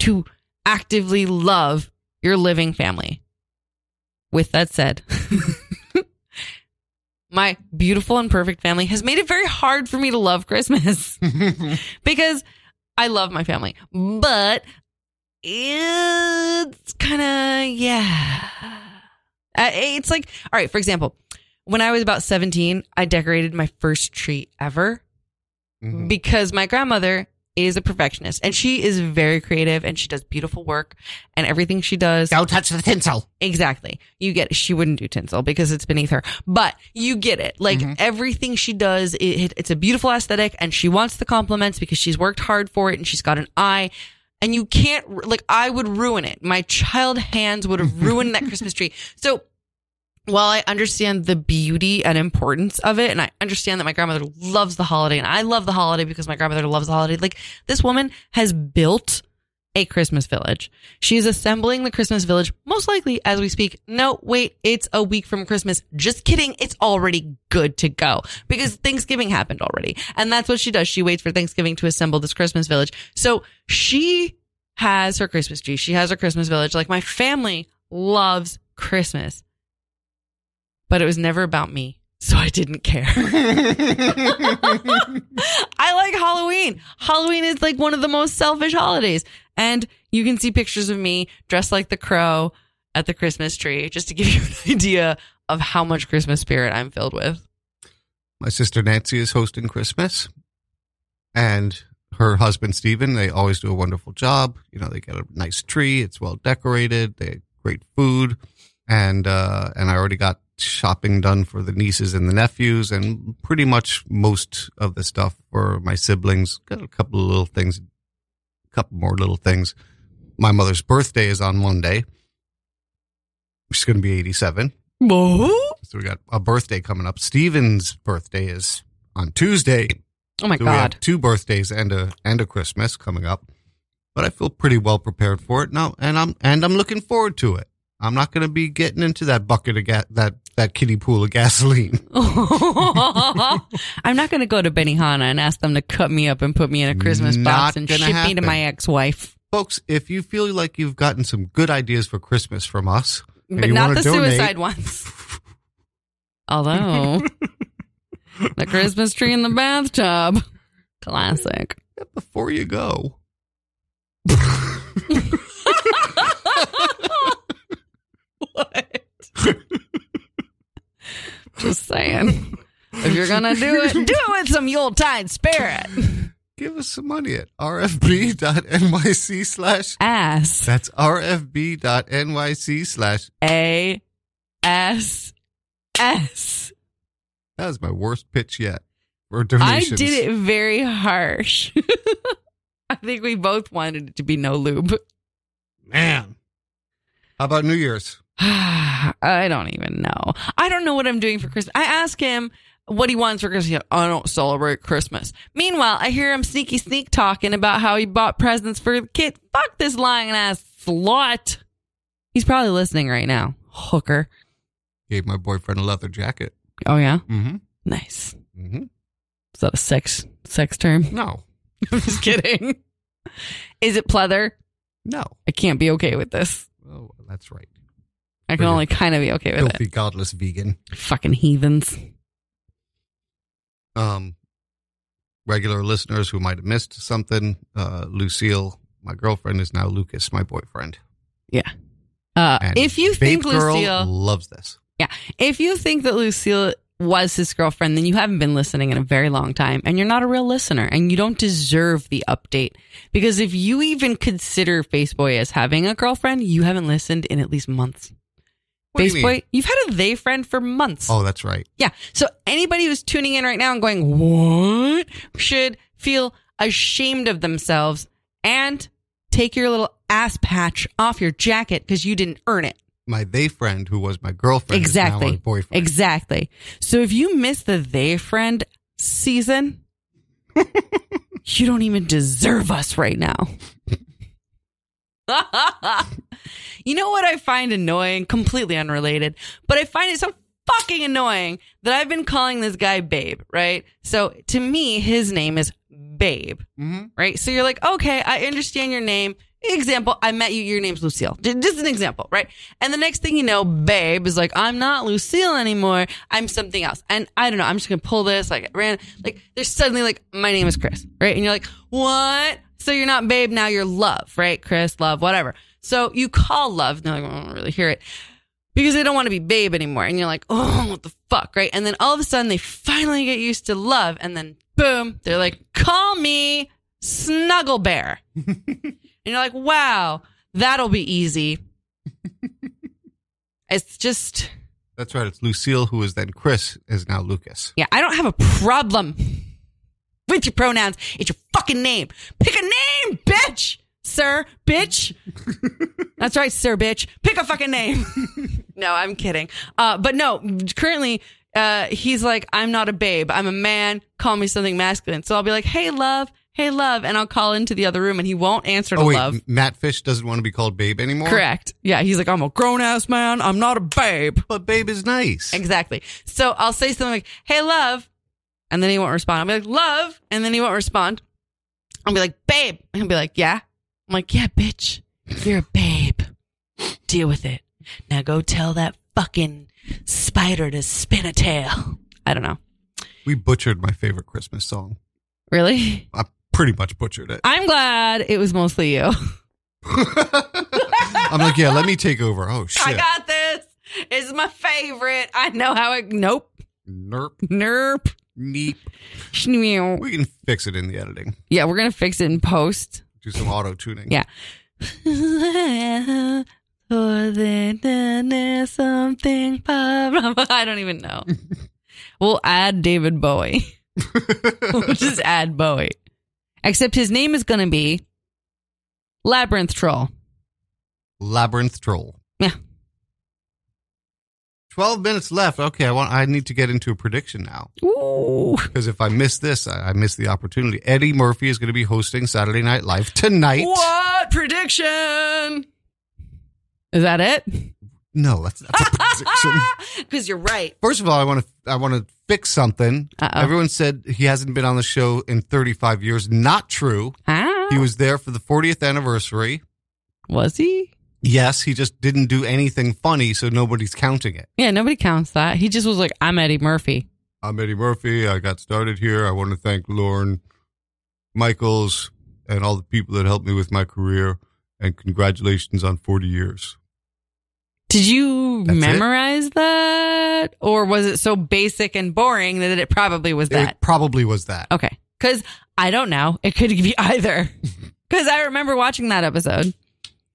[SPEAKER 5] to actively love your living family. With that said, my beautiful and perfect family has made it very hard for me to love Christmas because I love my family, but it's kind of yeah. Uh, It's like all right. For example, when I was about seventeen, I decorated my first tree ever
[SPEAKER 4] Mhm.
[SPEAKER 5] because my grandmother is a perfectionist and she is very creative and she does beautiful work and everything she does
[SPEAKER 4] Don't touch the tinsel.
[SPEAKER 5] Exactly. You get she wouldn't do tinsel because it's beneath her. But you get it. Like everything she does, it, it- it's a beautiful aesthetic, and she wants the compliments because she's worked hard for it, and she's got an eye. And you can't ru- like I would ruin it. My child hands would have ruined that Christmas tree. So while I understand the beauty and importance of it, and I understand that my grandmother loves the holiday, and I love the holiday because my grandmother loves the holiday, like this woman has built a Christmas village. She is assembling the Christmas village, most likely as we speak. No, wait, it's a week from Christmas. Just kidding. It's already good to go because Thanksgiving happened already. And that's what she does. She waits for Thanksgiving to assemble this Christmas village. So she has her Christmas tree. She has her Christmas village. Like my family loves Christmas but it was never about me. So I didn't care. I like Halloween. Halloween is like one of the most selfish holidays. And you can see pictures of me dressed like the crow at the Christmas tree, just to give you an idea of how much Christmas spirit I'm filled with.
[SPEAKER 4] My sister Nancy is hosting Christmas, and her husband Stephen. They always do a wonderful job. You know, they get a nice tree. It's well decorated. They have great food, and uh, and I already got shopping done for the nieces and the nephews, and pretty much most of the stuff for my siblings. Got a couple of little things, a couple more little things. My mother's birthday is on Monday. She's going to be eighty-seven.
[SPEAKER 5] Oh
[SPEAKER 4] So we got a birthday coming up. Steven's birthday is on Tuesday.
[SPEAKER 5] Oh my
[SPEAKER 4] so we
[SPEAKER 5] God.
[SPEAKER 4] have two birthdays and a and a Christmas coming up. But I feel pretty well prepared for it now, and I'm and I'm looking forward to it. I'm not going to be getting into that bucket of ga- that that kiddie pool of gasoline.
[SPEAKER 5] I'm not going to go to Benihana and ask them to cut me up and put me in a Christmas
[SPEAKER 4] Not
[SPEAKER 5] box and ship
[SPEAKER 4] gonna
[SPEAKER 5] me to
[SPEAKER 4] happen.
[SPEAKER 5] my ex wife.
[SPEAKER 4] Folks, if you feel like you've gotten some good ideas for Christmas from us, and
[SPEAKER 5] but
[SPEAKER 4] you
[SPEAKER 5] not
[SPEAKER 4] wanna
[SPEAKER 5] the
[SPEAKER 4] donate-
[SPEAKER 5] suicide ones. Although the Christmas tree in the bathtub, classic.
[SPEAKER 4] before you go.
[SPEAKER 5] What? Just saying. If you're gonna do it, do it with some Yuletide spirit.
[SPEAKER 4] Give us some money at rfb.nyc slash
[SPEAKER 5] Ass.
[SPEAKER 4] That's rfb.nyc slash.
[SPEAKER 5] A. S. S.
[SPEAKER 4] That was my worst pitch yet for
[SPEAKER 5] I
[SPEAKER 4] donations.
[SPEAKER 5] did it very harsh. I think we both wanted it to be no lube.
[SPEAKER 4] Man. How about New Year's?
[SPEAKER 5] I don't even know. I don't know what I'm doing for Christmas. I ask him what he wants for Christmas. He goes, I don't celebrate Christmas. Meanwhile, I hear him sneaky sneak talking about how he bought presents for the kid. Fuck this lying ass slut. He's probably listening right now. Hooker.
[SPEAKER 4] Gave my boyfriend a leather jacket.
[SPEAKER 5] Oh yeah,
[SPEAKER 4] Mm-hmm.
[SPEAKER 5] nice.
[SPEAKER 4] Mm-hmm.
[SPEAKER 5] Is that a sex sex term?
[SPEAKER 4] No.
[SPEAKER 5] I'm just kidding. Is it pleather?
[SPEAKER 4] No.
[SPEAKER 5] I can't be okay with this.
[SPEAKER 4] Oh, that's right.
[SPEAKER 5] I can
[SPEAKER 4] Brilliant.
[SPEAKER 5] only kind of be okay with
[SPEAKER 4] Filthy, godless vegan.
[SPEAKER 5] it. Fucking heathens.
[SPEAKER 4] Um, regular listeners who might have missed something. Uh, Lucille, my girlfriend, is now Lucas, my boyfriend.
[SPEAKER 5] Uh,
[SPEAKER 4] And
[SPEAKER 5] if you
[SPEAKER 4] Vape
[SPEAKER 5] think
[SPEAKER 4] Girl
[SPEAKER 5] Lucille
[SPEAKER 4] loves this.
[SPEAKER 5] If you think that Lucille was his girlfriend, then you haven't been listening in a very long time and you're not a real listener and you don't deserve the update. Because if you even consider Faceboy as having a girlfriend, you haven't listened in at least months.
[SPEAKER 4] What do you mean?
[SPEAKER 5] Faceboy, you've had a they friend for months.
[SPEAKER 4] Oh, that's right.
[SPEAKER 5] Yeah. So anybody who's tuning in right now and going, what? Should feel ashamed of themselves and take your little ass patch off your jacket because you didn't earn it.
[SPEAKER 4] My they friend, who was my girlfriend, is now
[SPEAKER 5] Exactly.
[SPEAKER 4] my boyfriend.
[SPEAKER 5] Exactly. So if you miss the they friend season, you don't even deserve us right now. you know what I find annoying? Completely unrelated, but I find it so fucking annoying that I've been calling this guy Babe, right? So to me, his name is Babe
[SPEAKER 4] Mm-hmm.
[SPEAKER 5] right? So you're like, okay, I understand your name. Example, I met you, your name's Lucille. J- Just an example, right? And the next thing you know, babe is like, I'm not Lucille anymore. I'm something else. And I don't know, I'm just gonna pull this, like, I ran, like, there's suddenly like, my name is Chris, right? And you're like, what? So you're not babe, now you're love, right? Chris, love, whatever. So you call love, and they're like, well, I don't really hear it because they don't want to be babe anymore. And you're like, oh, what the fuck, right? And then all of a sudden they finally get used to love. And then boom, they're like, call me Snuggle Bear. and you're like, wow, that'll be easy. it's just,
[SPEAKER 4] That's right. It's Lucille, who is then Chris, is now Lucas.
[SPEAKER 5] yeah, I don't have a problem with your pronouns. It's your fucking name. Pick a name, bitch, sir, bitch. That's right, sir, bitch. Pick a fucking name. no, I'm kidding. Uh, but no, currently, uh, he's like, I'm not a babe. I'm a man. Call me something masculine. So I'll be like, hey, love. Hey, love. And I'll call into the other room and he won't answer to
[SPEAKER 4] Oh wait,
[SPEAKER 5] love.
[SPEAKER 4] Matt Fish doesn't want to be called Babe anymore.
[SPEAKER 5] Correct. Yeah. He's like, I'm a grown ass man. I'm not a babe.
[SPEAKER 4] But Babe is nice.
[SPEAKER 5] Exactly. So I'll say something like, "Hey, love," and then he won't respond. I'll be like, "Love," and then he won't respond. I'll be like, "Babe," and he'll be like, "Yeah." I'm like, "Yeah, bitch, you're a babe. Deal with it. Now go tell that fucking spider to spin a tail." I don't know.
[SPEAKER 4] We butchered my favorite Christmas song.
[SPEAKER 5] Really?
[SPEAKER 4] I pretty much butchered it.
[SPEAKER 5] I'm glad it was mostly you.
[SPEAKER 4] I'm like, yeah, let me take over. Oh shit.
[SPEAKER 5] I got this. It's my favorite. I know how it. Nope.
[SPEAKER 4] Nerp,
[SPEAKER 5] Nerp.
[SPEAKER 4] neep.
[SPEAKER 5] Shmeow.
[SPEAKER 4] We can fix it in the editing.
[SPEAKER 5] Yeah, we're gonna fix it in post.
[SPEAKER 4] Do some auto tuning.
[SPEAKER 5] Yeah. More than there's something prob- I don't even know. we'll add David Bowie. we'll just add Bowie. Except his name is going to be Labyrinth Troll.
[SPEAKER 4] Labyrinth troll.
[SPEAKER 5] Yeah.
[SPEAKER 4] Twelve minutes left. Okay, I want. I need to get into a prediction now
[SPEAKER 5] Ooh.
[SPEAKER 4] because if I miss this, I, I miss the opportunity. Eddie Murphy is going to be hosting Saturday Night Live tonight.
[SPEAKER 5] What prediction? Is that it?
[SPEAKER 4] No, that's not a prediction.
[SPEAKER 5] Because you're right.
[SPEAKER 4] First of all, I want to I want to fix something.
[SPEAKER 5] Uh-oh.
[SPEAKER 4] Everyone said he hasn't been on the show in 35 years. Not true.
[SPEAKER 5] Ah,
[SPEAKER 4] He was there for the 40th anniversary.
[SPEAKER 5] was he?
[SPEAKER 4] Yes, he just didn't do anything funny, so nobody's counting it.
[SPEAKER 5] Yeah, nobody counts that. He just was like, I'm Eddie Murphy.
[SPEAKER 4] I'm Eddie Murphy. I got started here. I want to thank Lauren Michaels and all the people that helped me with my career. And congratulations on 40 years.
[SPEAKER 5] Did you
[SPEAKER 4] That's it?
[SPEAKER 5] memorize that? Or was it so basic and boring that it probably was that? Oh.
[SPEAKER 4] It probably was that.
[SPEAKER 5] okay. Because I don't know. It could be either. Because I remember watching that episode.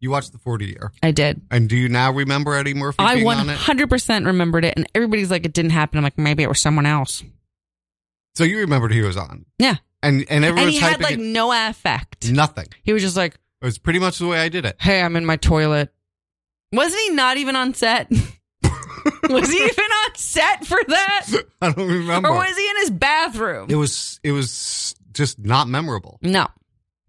[SPEAKER 4] You watched the 40 year.
[SPEAKER 5] I did.
[SPEAKER 4] And do you now remember Eddie Murphy
[SPEAKER 5] I
[SPEAKER 4] being on it?
[SPEAKER 5] 100% remembered it. And everybody's like, it didn't happen. I'm like, maybe it was someone else.
[SPEAKER 4] So you remembered he was on.
[SPEAKER 5] Yeah.
[SPEAKER 4] And and everyone's
[SPEAKER 5] and he had
[SPEAKER 4] typing
[SPEAKER 5] like
[SPEAKER 4] it- Mm.
[SPEAKER 5] no affect.
[SPEAKER 4] nothing.
[SPEAKER 5] He was just like,
[SPEAKER 4] It was pretty much the way I did it.
[SPEAKER 5] hey, I'm in my toilet. Wasn't he not even on set? was he even on set for that?
[SPEAKER 4] I don't remember.
[SPEAKER 5] Or was he in his bathroom?
[SPEAKER 4] it was it was just not memorable.
[SPEAKER 5] No.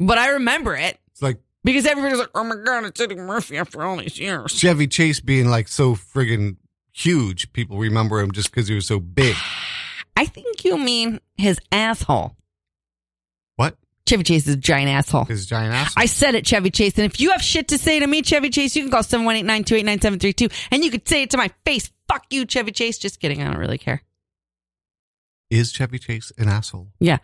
[SPEAKER 5] But I remember it
[SPEAKER 4] It's like
[SPEAKER 5] because everybody's like, oh my God, it's Eddie Murphy after all these years.
[SPEAKER 4] Chevy Chase being like so friggin' huge. People remember him just because he was so big.
[SPEAKER 5] I think you mean his asshole.
[SPEAKER 4] What?
[SPEAKER 5] Chevy Chase is a giant asshole.
[SPEAKER 4] His giant ass.
[SPEAKER 5] I said it, Chevy Chase. And if you have shit to say to me, Chevy Chase, you can call 718 928 9732 and you could say it to my face. Fuck you, Chevy Chase. Just kidding. I don't really care.
[SPEAKER 4] Is Chevy Chase an asshole?
[SPEAKER 5] Yeah.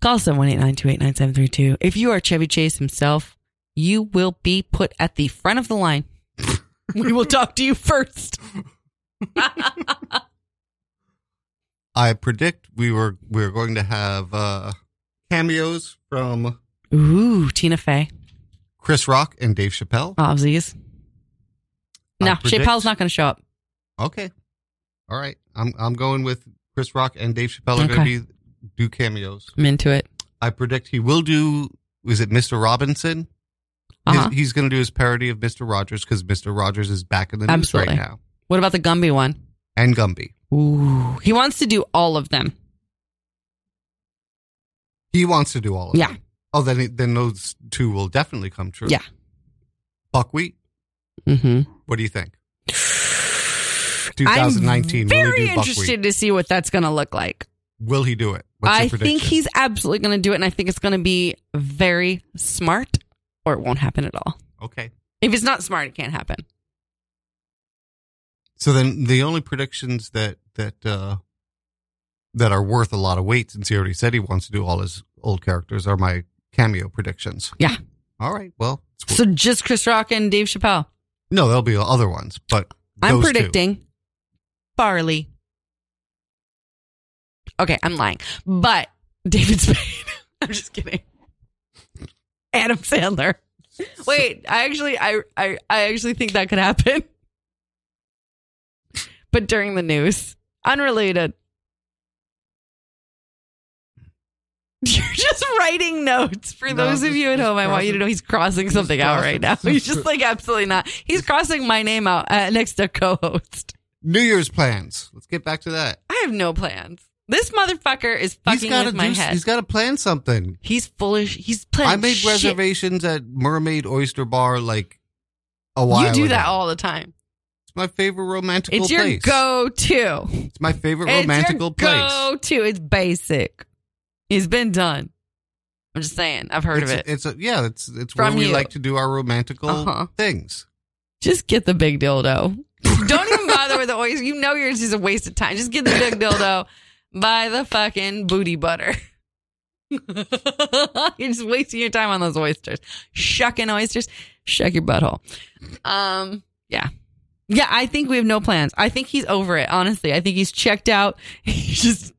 [SPEAKER 5] Call 718 928 9732. If you are Chevy Chase himself, you will be put at the front of the line. we will talk to you first.
[SPEAKER 4] I predict we were we are going to have uh cameos from
[SPEAKER 5] Ooh, Tina Fey.
[SPEAKER 4] Chris Rock and Dave Chappelle.
[SPEAKER 5] Obvious. No,
[SPEAKER 4] I predict-
[SPEAKER 5] Chappelle's not going to show up.
[SPEAKER 4] Okay. All right. I'm I'm going with Chris Rock and Dave Chappelle are gonna
[SPEAKER 5] Okay.
[SPEAKER 4] be do cameos.
[SPEAKER 5] I'm into it.
[SPEAKER 4] I predict he will do. Is it Mr. Robinson? His-
[SPEAKER 5] Uh-huh.
[SPEAKER 4] he's going to do his parody of Mr. Rogers because Mr. Rogers is back in the news
[SPEAKER 5] Absolutely.
[SPEAKER 4] right now,
[SPEAKER 5] What about the Gumby one?
[SPEAKER 4] and Gumby.
[SPEAKER 5] Ooh, he wants to do all of them.
[SPEAKER 4] He wants to do all of
[SPEAKER 5] Yeah.
[SPEAKER 4] them. Oh, then he- then those two will definitely come true.
[SPEAKER 5] Yeah.
[SPEAKER 4] Buckwheat.
[SPEAKER 5] Mm-hmm.
[SPEAKER 4] What do you think?
[SPEAKER 5] I'm
[SPEAKER 4] 2019. will he
[SPEAKER 5] very
[SPEAKER 4] do
[SPEAKER 5] interested
[SPEAKER 4] Buckwheat?
[SPEAKER 5] to see what that's going to look like.
[SPEAKER 4] Will he do it? What's
[SPEAKER 5] I
[SPEAKER 4] your prediction?
[SPEAKER 5] think he's absolutely going to do it, and I think it's going to be very smart, or it won't happen at all.
[SPEAKER 4] okay.
[SPEAKER 5] If it's not smart, it can't happen.
[SPEAKER 4] So then the only predictions that that uh that are worth a lot of weight since he already said he wants to do all his old characters are my cameo predictions.
[SPEAKER 5] Yeah.
[SPEAKER 4] All right. Well, it's
[SPEAKER 5] So just Chris Rock and Dave Chappelle.
[SPEAKER 4] No, there'll be other ones, but
[SPEAKER 5] I'm
[SPEAKER 4] those two.
[SPEAKER 5] predicting Farley. Okay, I'm lying. But David Spade. I'm just kidding. Adam Sandler. Wait, I actually I, I I actually think that could happen. But during the news. Unrelated. You're just writing notes. For
[SPEAKER 6] No,
[SPEAKER 5] those of
[SPEAKER 6] just-
[SPEAKER 5] you at
[SPEAKER 6] just
[SPEAKER 5] home, I want you
[SPEAKER 6] crossing-
[SPEAKER 5] to know he's crossing
[SPEAKER 6] just
[SPEAKER 5] something out right now.
[SPEAKER 6] crossing.
[SPEAKER 5] He's just like absolutely not. He's crossing my name out uh, next to co-host.
[SPEAKER 4] New Year's plans. Let's get back to that.
[SPEAKER 5] I have no plans. This motherfucker is
[SPEAKER 4] he's
[SPEAKER 5] fucking
[SPEAKER 4] gotta
[SPEAKER 5] with my
[SPEAKER 4] do,
[SPEAKER 5] head.
[SPEAKER 4] He's got to plan something.
[SPEAKER 5] He's foolish. He's planning.
[SPEAKER 4] I made
[SPEAKER 5] shit.
[SPEAKER 4] reservations at Mermaid Oyster Bar like a while.
[SPEAKER 5] You do
[SPEAKER 4] ago.
[SPEAKER 5] that all the time.
[SPEAKER 4] It's my favorite romantical
[SPEAKER 5] It's your
[SPEAKER 4] place.
[SPEAKER 5] go-to.
[SPEAKER 4] It's my favorite
[SPEAKER 5] It's
[SPEAKER 4] romantical
[SPEAKER 5] your
[SPEAKER 4] place.
[SPEAKER 5] go-to. It's basic. It's been done. I'm just saying. I've heard
[SPEAKER 4] it's,
[SPEAKER 5] of it.
[SPEAKER 4] It's a, yeah, it's it's
[SPEAKER 5] From
[SPEAKER 4] where we
[SPEAKER 5] you.
[SPEAKER 4] like to do our romantical
[SPEAKER 5] Uh-huh.
[SPEAKER 4] things.
[SPEAKER 5] Just get the big dildo. Don't even bother with the oyster. You know yours is a waste of time. Just get the big dildo. Buy the fucking booty butter. You're just wasting your time on those oysters. Shucking oysters. Shuck your butthole. Um, yeah. Yeah, I think we have no plans. I think he's over it, honestly. I think he's checked out. He's just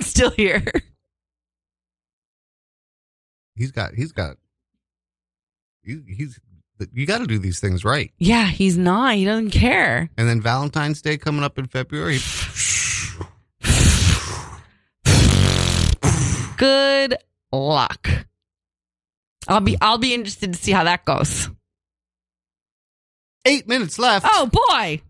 [SPEAKER 5] still here.
[SPEAKER 4] He's got he's got he, he's you got to do these things right.
[SPEAKER 5] Yeah, he's not. He doesn't care.
[SPEAKER 4] And then Valentine's Day coming up in February.
[SPEAKER 5] Good luck. I'll be I'll be interested to see how that goes.
[SPEAKER 4] 8 minutes left.
[SPEAKER 5] Oh boy.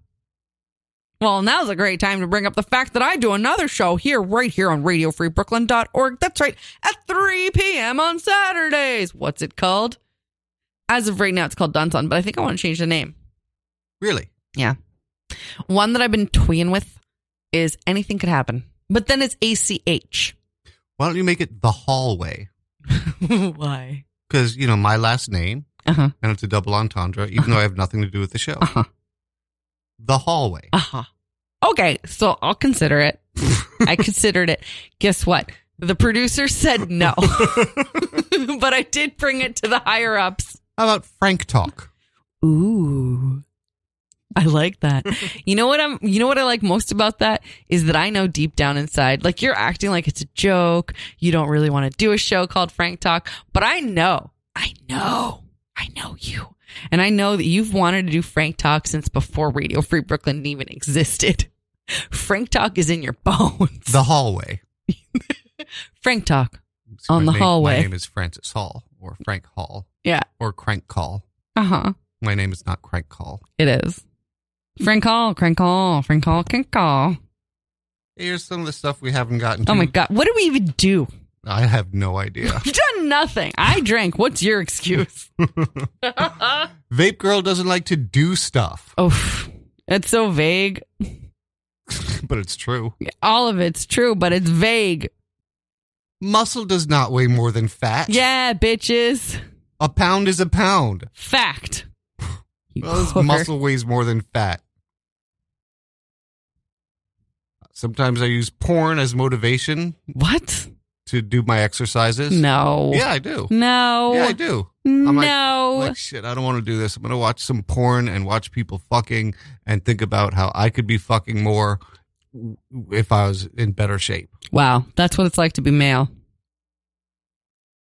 [SPEAKER 5] Well, now's a great time to bring up the fact that I do another show here, right here on RadioFreeBrooklyn.org. That's right, at 3 p.m. on Saturdays. What's it called? As of right now, it's called Dunson, but I think I want to change the name.
[SPEAKER 4] Really?
[SPEAKER 5] Yeah. One that I've been toying with is Anything Could Happen, but then it's ACH.
[SPEAKER 4] Why don't you make it the hallway?
[SPEAKER 5] Why?
[SPEAKER 4] Cuz you know my last name
[SPEAKER 5] Uh huh.
[SPEAKER 4] and it's a double entendre even though I have nothing to do with the show.
[SPEAKER 5] Uh-huh.
[SPEAKER 4] The hallway.
[SPEAKER 5] Uh huh. Okay, so I'll consider it. I considered it. Guess what? The producer said no, but I did bring it to the higher ups.
[SPEAKER 4] How about Frank talk?
[SPEAKER 5] Ooh, I like that. you know what I'm? You know what I like most about that is that I know deep down inside, like you're acting like it's a joke. You don't really want to do a show called Frank Talk, but I know, I know, I know you, and I know that you've wanted to do Frank Talk since before Radio Free Brooklyn even existed. Frank Talk is in your bones.
[SPEAKER 4] The hallway.
[SPEAKER 5] Frank Talk.
[SPEAKER 4] See,
[SPEAKER 5] On the
[SPEAKER 4] my name-
[SPEAKER 5] hallway.
[SPEAKER 4] My name is Francis Hall or Frank Hall
[SPEAKER 5] Yeah.
[SPEAKER 4] or Crank Call.
[SPEAKER 5] Uh huh.
[SPEAKER 4] My name is not Crank Call.
[SPEAKER 5] It is. Frank Hall, Crank Hall, Frank Hall, Crank Hall.
[SPEAKER 4] Here's some of the stuff we haven't gotten to.
[SPEAKER 5] Oh my God. What do we even do?
[SPEAKER 4] I have no idea.
[SPEAKER 5] You've done nothing. I drank. What's your excuse?
[SPEAKER 4] Vape Girl doesn't like to do stuff,
[SPEAKER 5] Oof. It's so vague.
[SPEAKER 4] but it's true.
[SPEAKER 5] All of it's true, but it's vague.
[SPEAKER 4] Muscle does not weigh more than fat.
[SPEAKER 5] Yeah, bitches.
[SPEAKER 4] A pound is a pound.
[SPEAKER 5] Fact. You
[SPEAKER 4] Well, this
[SPEAKER 5] hooker.
[SPEAKER 4] muscle weighs more than fat. Sometimes I use porn as motivation
[SPEAKER 5] What?
[SPEAKER 4] to do my exercises.
[SPEAKER 5] No.
[SPEAKER 4] Yeah, I do.
[SPEAKER 5] No.
[SPEAKER 4] Yeah, I do. I'm like,
[SPEAKER 5] no.
[SPEAKER 4] like shit i don't want to do this i'm gonna watch some porn and watch people fucking and think about how i could be fucking more w- if i was in better shape
[SPEAKER 5] wow. That's what it's like to be male.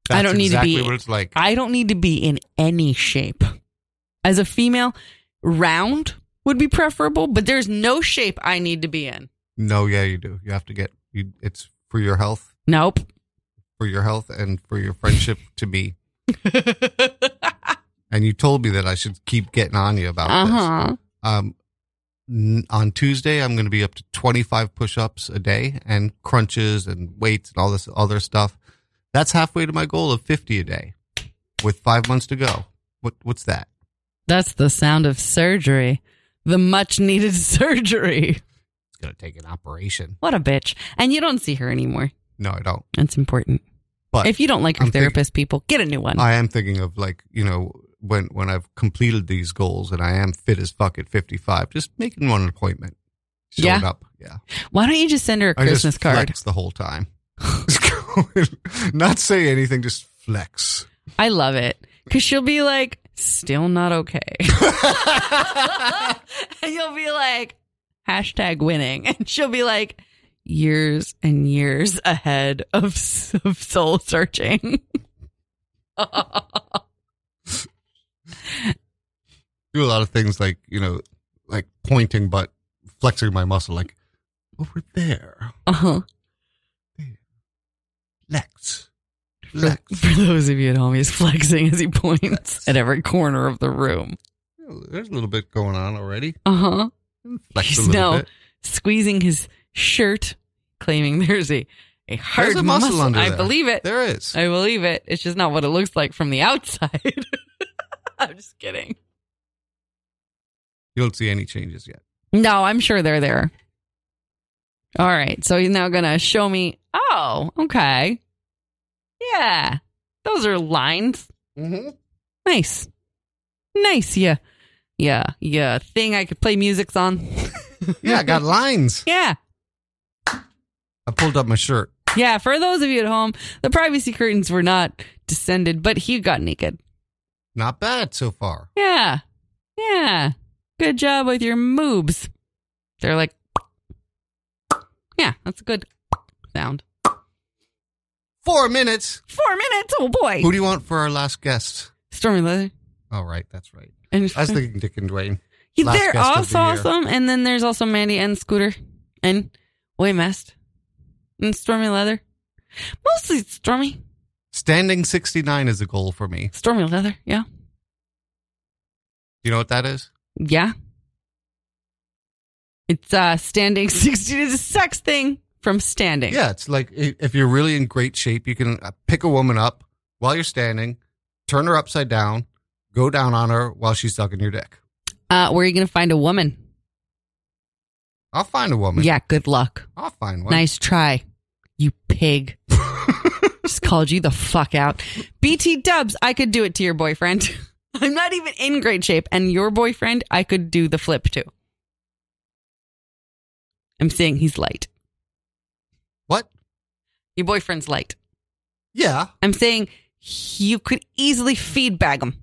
[SPEAKER 4] that's
[SPEAKER 5] I don't need to
[SPEAKER 4] exactly
[SPEAKER 5] be-
[SPEAKER 4] what it's like
[SPEAKER 5] I don't need to be in any shape. As a female, round would be preferable, but there's no shape I need to be in.
[SPEAKER 4] no yeah you do you have to get you, it's for your health
[SPEAKER 5] Nope.
[SPEAKER 4] for your health and for your friendship to me and you told me that i should keep getting on you about
[SPEAKER 5] Uh
[SPEAKER 4] this
[SPEAKER 5] huh.
[SPEAKER 4] um n- on Tuesday, I'm going to be up to 25 push-ups a day and crunches and weights and all this other stuff. That's halfway to my goal of 50 a day, with five months to go. What what's that?
[SPEAKER 5] That's the sound of surgery. The much needed surgery.
[SPEAKER 4] It's going to take an operation.
[SPEAKER 5] What a bitch. And you don't see her anymore.
[SPEAKER 4] No, I don't.
[SPEAKER 5] That's important.
[SPEAKER 4] But
[SPEAKER 5] If you don't like your
[SPEAKER 4] I'm thinking-
[SPEAKER 5] therapist, people, get a new one.
[SPEAKER 4] I am thinking of like you know when when I've completed these goals and I am fit as fuck at 55, just making one appointment. Showing
[SPEAKER 5] Yeah.
[SPEAKER 4] up, yeah.
[SPEAKER 5] Why don't you just send her a
[SPEAKER 4] I
[SPEAKER 5] Christmas
[SPEAKER 4] just
[SPEAKER 5] card?
[SPEAKER 4] flex the whole time. Just go and not say anything, just flex.
[SPEAKER 5] I love it. Because she'll be like, still not okay. and you'll be like, hashtag winning. And she'll be like, years and years ahead of, of soul searching.
[SPEAKER 4] do a lot of things like you know, like pointing but flexing my muscle, like over there.
[SPEAKER 5] Uh huh.
[SPEAKER 4] Flex,
[SPEAKER 5] For,
[SPEAKER 4] flex.
[SPEAKER 5] for those of you at home, he's flexing as he points at every corner of the room.
[SPEAKER 4] There's a little bit going on already.
[SPEAKER 5] Uh huh.
[SPEAKER 4] Flex a
[SPEAKER 5] He's
[SPEAKER 4] little
[SPEAKER 5] now
[SPEAKER 4] bit.
[SPEAKER 5] squeezing his shirt, claiming there's a, a hard
[SPEAKER 4] There's a muscle under
[SPEAKER 5] I
[SPEAKER 4] there.
[SPEAKER 5] believe it.
[SPEAKER 4] There is.
[SPEAKER 5] I believe it. It's just not what it looks like from the outside. I'm just kidding.
[SPEAKER 4] You don't see any changes yet.
[SPEAKER 5] No, I'm sure they're there. All right. So he's now going to show me. Oh, okay. Yeah. Those are lines.
[SPEAKER 4] Mm-hmm.
[SPEAKER 5] Nice. Nice. Yeah. Yeah. Yeah. Thing I could play music's on.
[SPEAKER 4] Yeah, I got lines.
[SPEAKER 5] yeah.
[SPEAKER 4] I pulled up my shirt.
[SPEAKER 5] Yeah. For those of you at home, the privacy curtains were not descended, but he got naked.
[SPEAKER 4] Not bad so far.
[SPEAKER 5] Yeah. Yeah. Good job with your moobs. They're like, yeah, that's a good sound.
[SPEAKER 4] Four minutes.
[SPEAKER 5] Four minutes. Oh boy.
[SPEAKER 4] Who do you want for our last guest?
[SPEAKER 5] Stormy Leather.
[SPEAKER 4] All right, that's right.
[SPEAKER 5] And
[SPEAKER 4] I was thinking Dick and Dwayne.
[SPEAKER 5] Yeah,
[SPEAKER 4] last
[SPEAKER 5] they're
[SPEAKER 4] guest
[SPEAKER 5] all
[SPEAKER 4] of the year.
[SPEAKER 5] awesome. And then there's also Mandy and Scooter and Waymast and Stormy Leather. Mostly Stormy.
[SPEAKER 4] Standing 69 is a goal for me.
[SPEAKER 5] Stormy Leather. Yeah.
[SPEAKER 4] Do you know what that is?
[SPEAKER 5] Yeah. It's uh standing 60 is a sex thing from standing.
[SPEAKER 4] Yeah, it's like i- if you're really in great shape, you can uh, pick a woman up while you're standing, turn her upside down, go down on her while she's sucking your dick.
[SPEAKER 5] Uh, where are you going to find a woman?
[SPEAKER 4] I'll find a woman.
[SPEAKER 5] Yeah, good luck.
[SPEAKER 4] I'll find one.
[SPEAKER 5] Nice try, you pig. Just called you the fuck out. BT dubs, I could do it to your boyfriend. I'm not even in great shape. And your boyfriend, I could do the flip to. I'm saying he's light.
[SPEAKER 4] What?
[SPEAKER 5] Your boyfriend's light.
[SPEAKER 4] Yeah.
[SPEAKER 5] I'm saying you could easily feed bag him.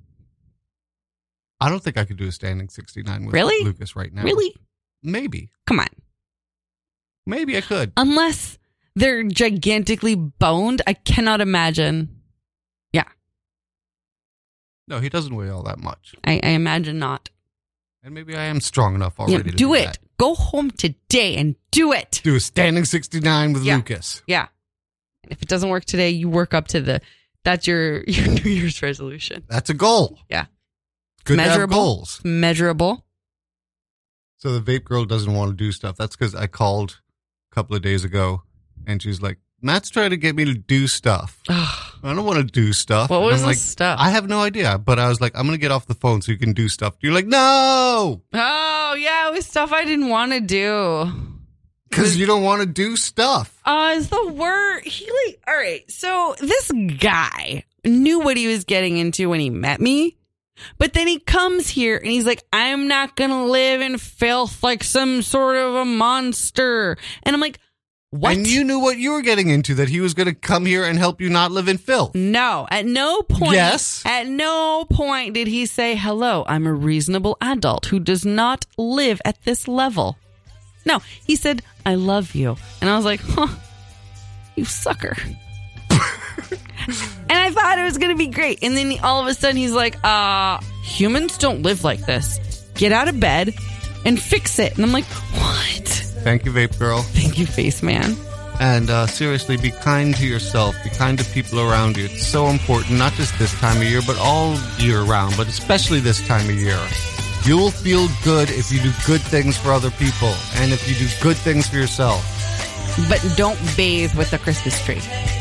[SPEAKER 4] I don't think I could do a standing 69 with
[SPEAKER 5] Really?
[SPEAKER 4] Lucas right now.
[SPEAKER 5] Really?
[SPEAKER 4] Maybe.
[SPEAKER 5] Come on.
[SPEAKER 4] Maybe I could.
[SPEAKER 5] Unless they're gigantically boned, I cannot imagine.
[SPEAKER 4] No, he doesn't weigh all that much.
[SPEAKER 5] I, I imagine not.
[SPEAKER 4] And maybe I am strong enough already
[SPEAKER 5] Yeah,
[SPEAKER 4] to do,
[SPEAKER 5] do it.
[SPEAKER 4] that.
[SPEAKER 5] Go home today and do it.
[SPEAKER 4] Do a standing 69 with
[SPEAKER 5] Yeah.
[SPEAKER 4] Lucas.
[SPEAKER 5] Yeah. And if it doesn't work today, you work up to the that's your your New Year's resolution.
[SPEAKER 4] That's a goal.
[SPEAKER 5] Yeah.
[SPEAKER 4] Good to have
[SPEAKER 5] Measurable.
[SPEAKER 4] goals.
[SPEAKER 5] Measurable.
[SPEAKER 4] So the vape girl doesn't want to do stuff. That's because I called a couple of days ago and she's like, Matt's trying to get me to do stuff.
[SPEAKER 5] Ugh.
[SPEAKER 4] I don't want to do stuff.
[SPEAKER 5] What
[SPEAKER 4] And
[SPEAKER 5] was
[SPEAKER 4] I'm
[SPEAKER 5] the
[SPEAKER 4] like,
[SPEAKER 5] stuff?
[SPEAKER 4] I have no idea. But I was like, I'm going to get off the phone so you can do stuff. You're like, no,
[SPEAKER 5] Oh yeah, it was stuff I didn't want to do.
[SPEAKER 4] because you don't want to do stuff.
[SPEAKER 5] Uh, it's the word he like. All right, so this guy knew what he was getting into when he met me, but then he comes here and he's like, "I'm not gonna live in filth like some sort of a monster," and I'm like, "What?"
[SPEAKER 4] And you knew what you were getting into, that he was going to come here and help you not live in filth.
[SPEAKER 5] No, at no point.
[SPEAKER 4] Yes.
[SPEAKER 5] At no point did he say, hello, I'm a reasonable adult who does not live at this level. No, he said, I love you. And I was like, huh, you sucker. and I thought it was going to be great. And then all of a sudden he's like, uh, humans don't live like this. Get out of bed and fix it. And I'm like, what?
[SPEAKER 4] Thank you, vape girl.
[SPEAKER 5] Thank you, face man.
[SPEAKER 4] And uh, seriously, be kind to yourself. Be kind to people around you. It's so important, not just this time of year, but all year round, but especially this time of year. You'll feel good if you do good things for other people and if you do good things for yourself.
[SPEAKER 5] But don't bathe with the Christmas tree.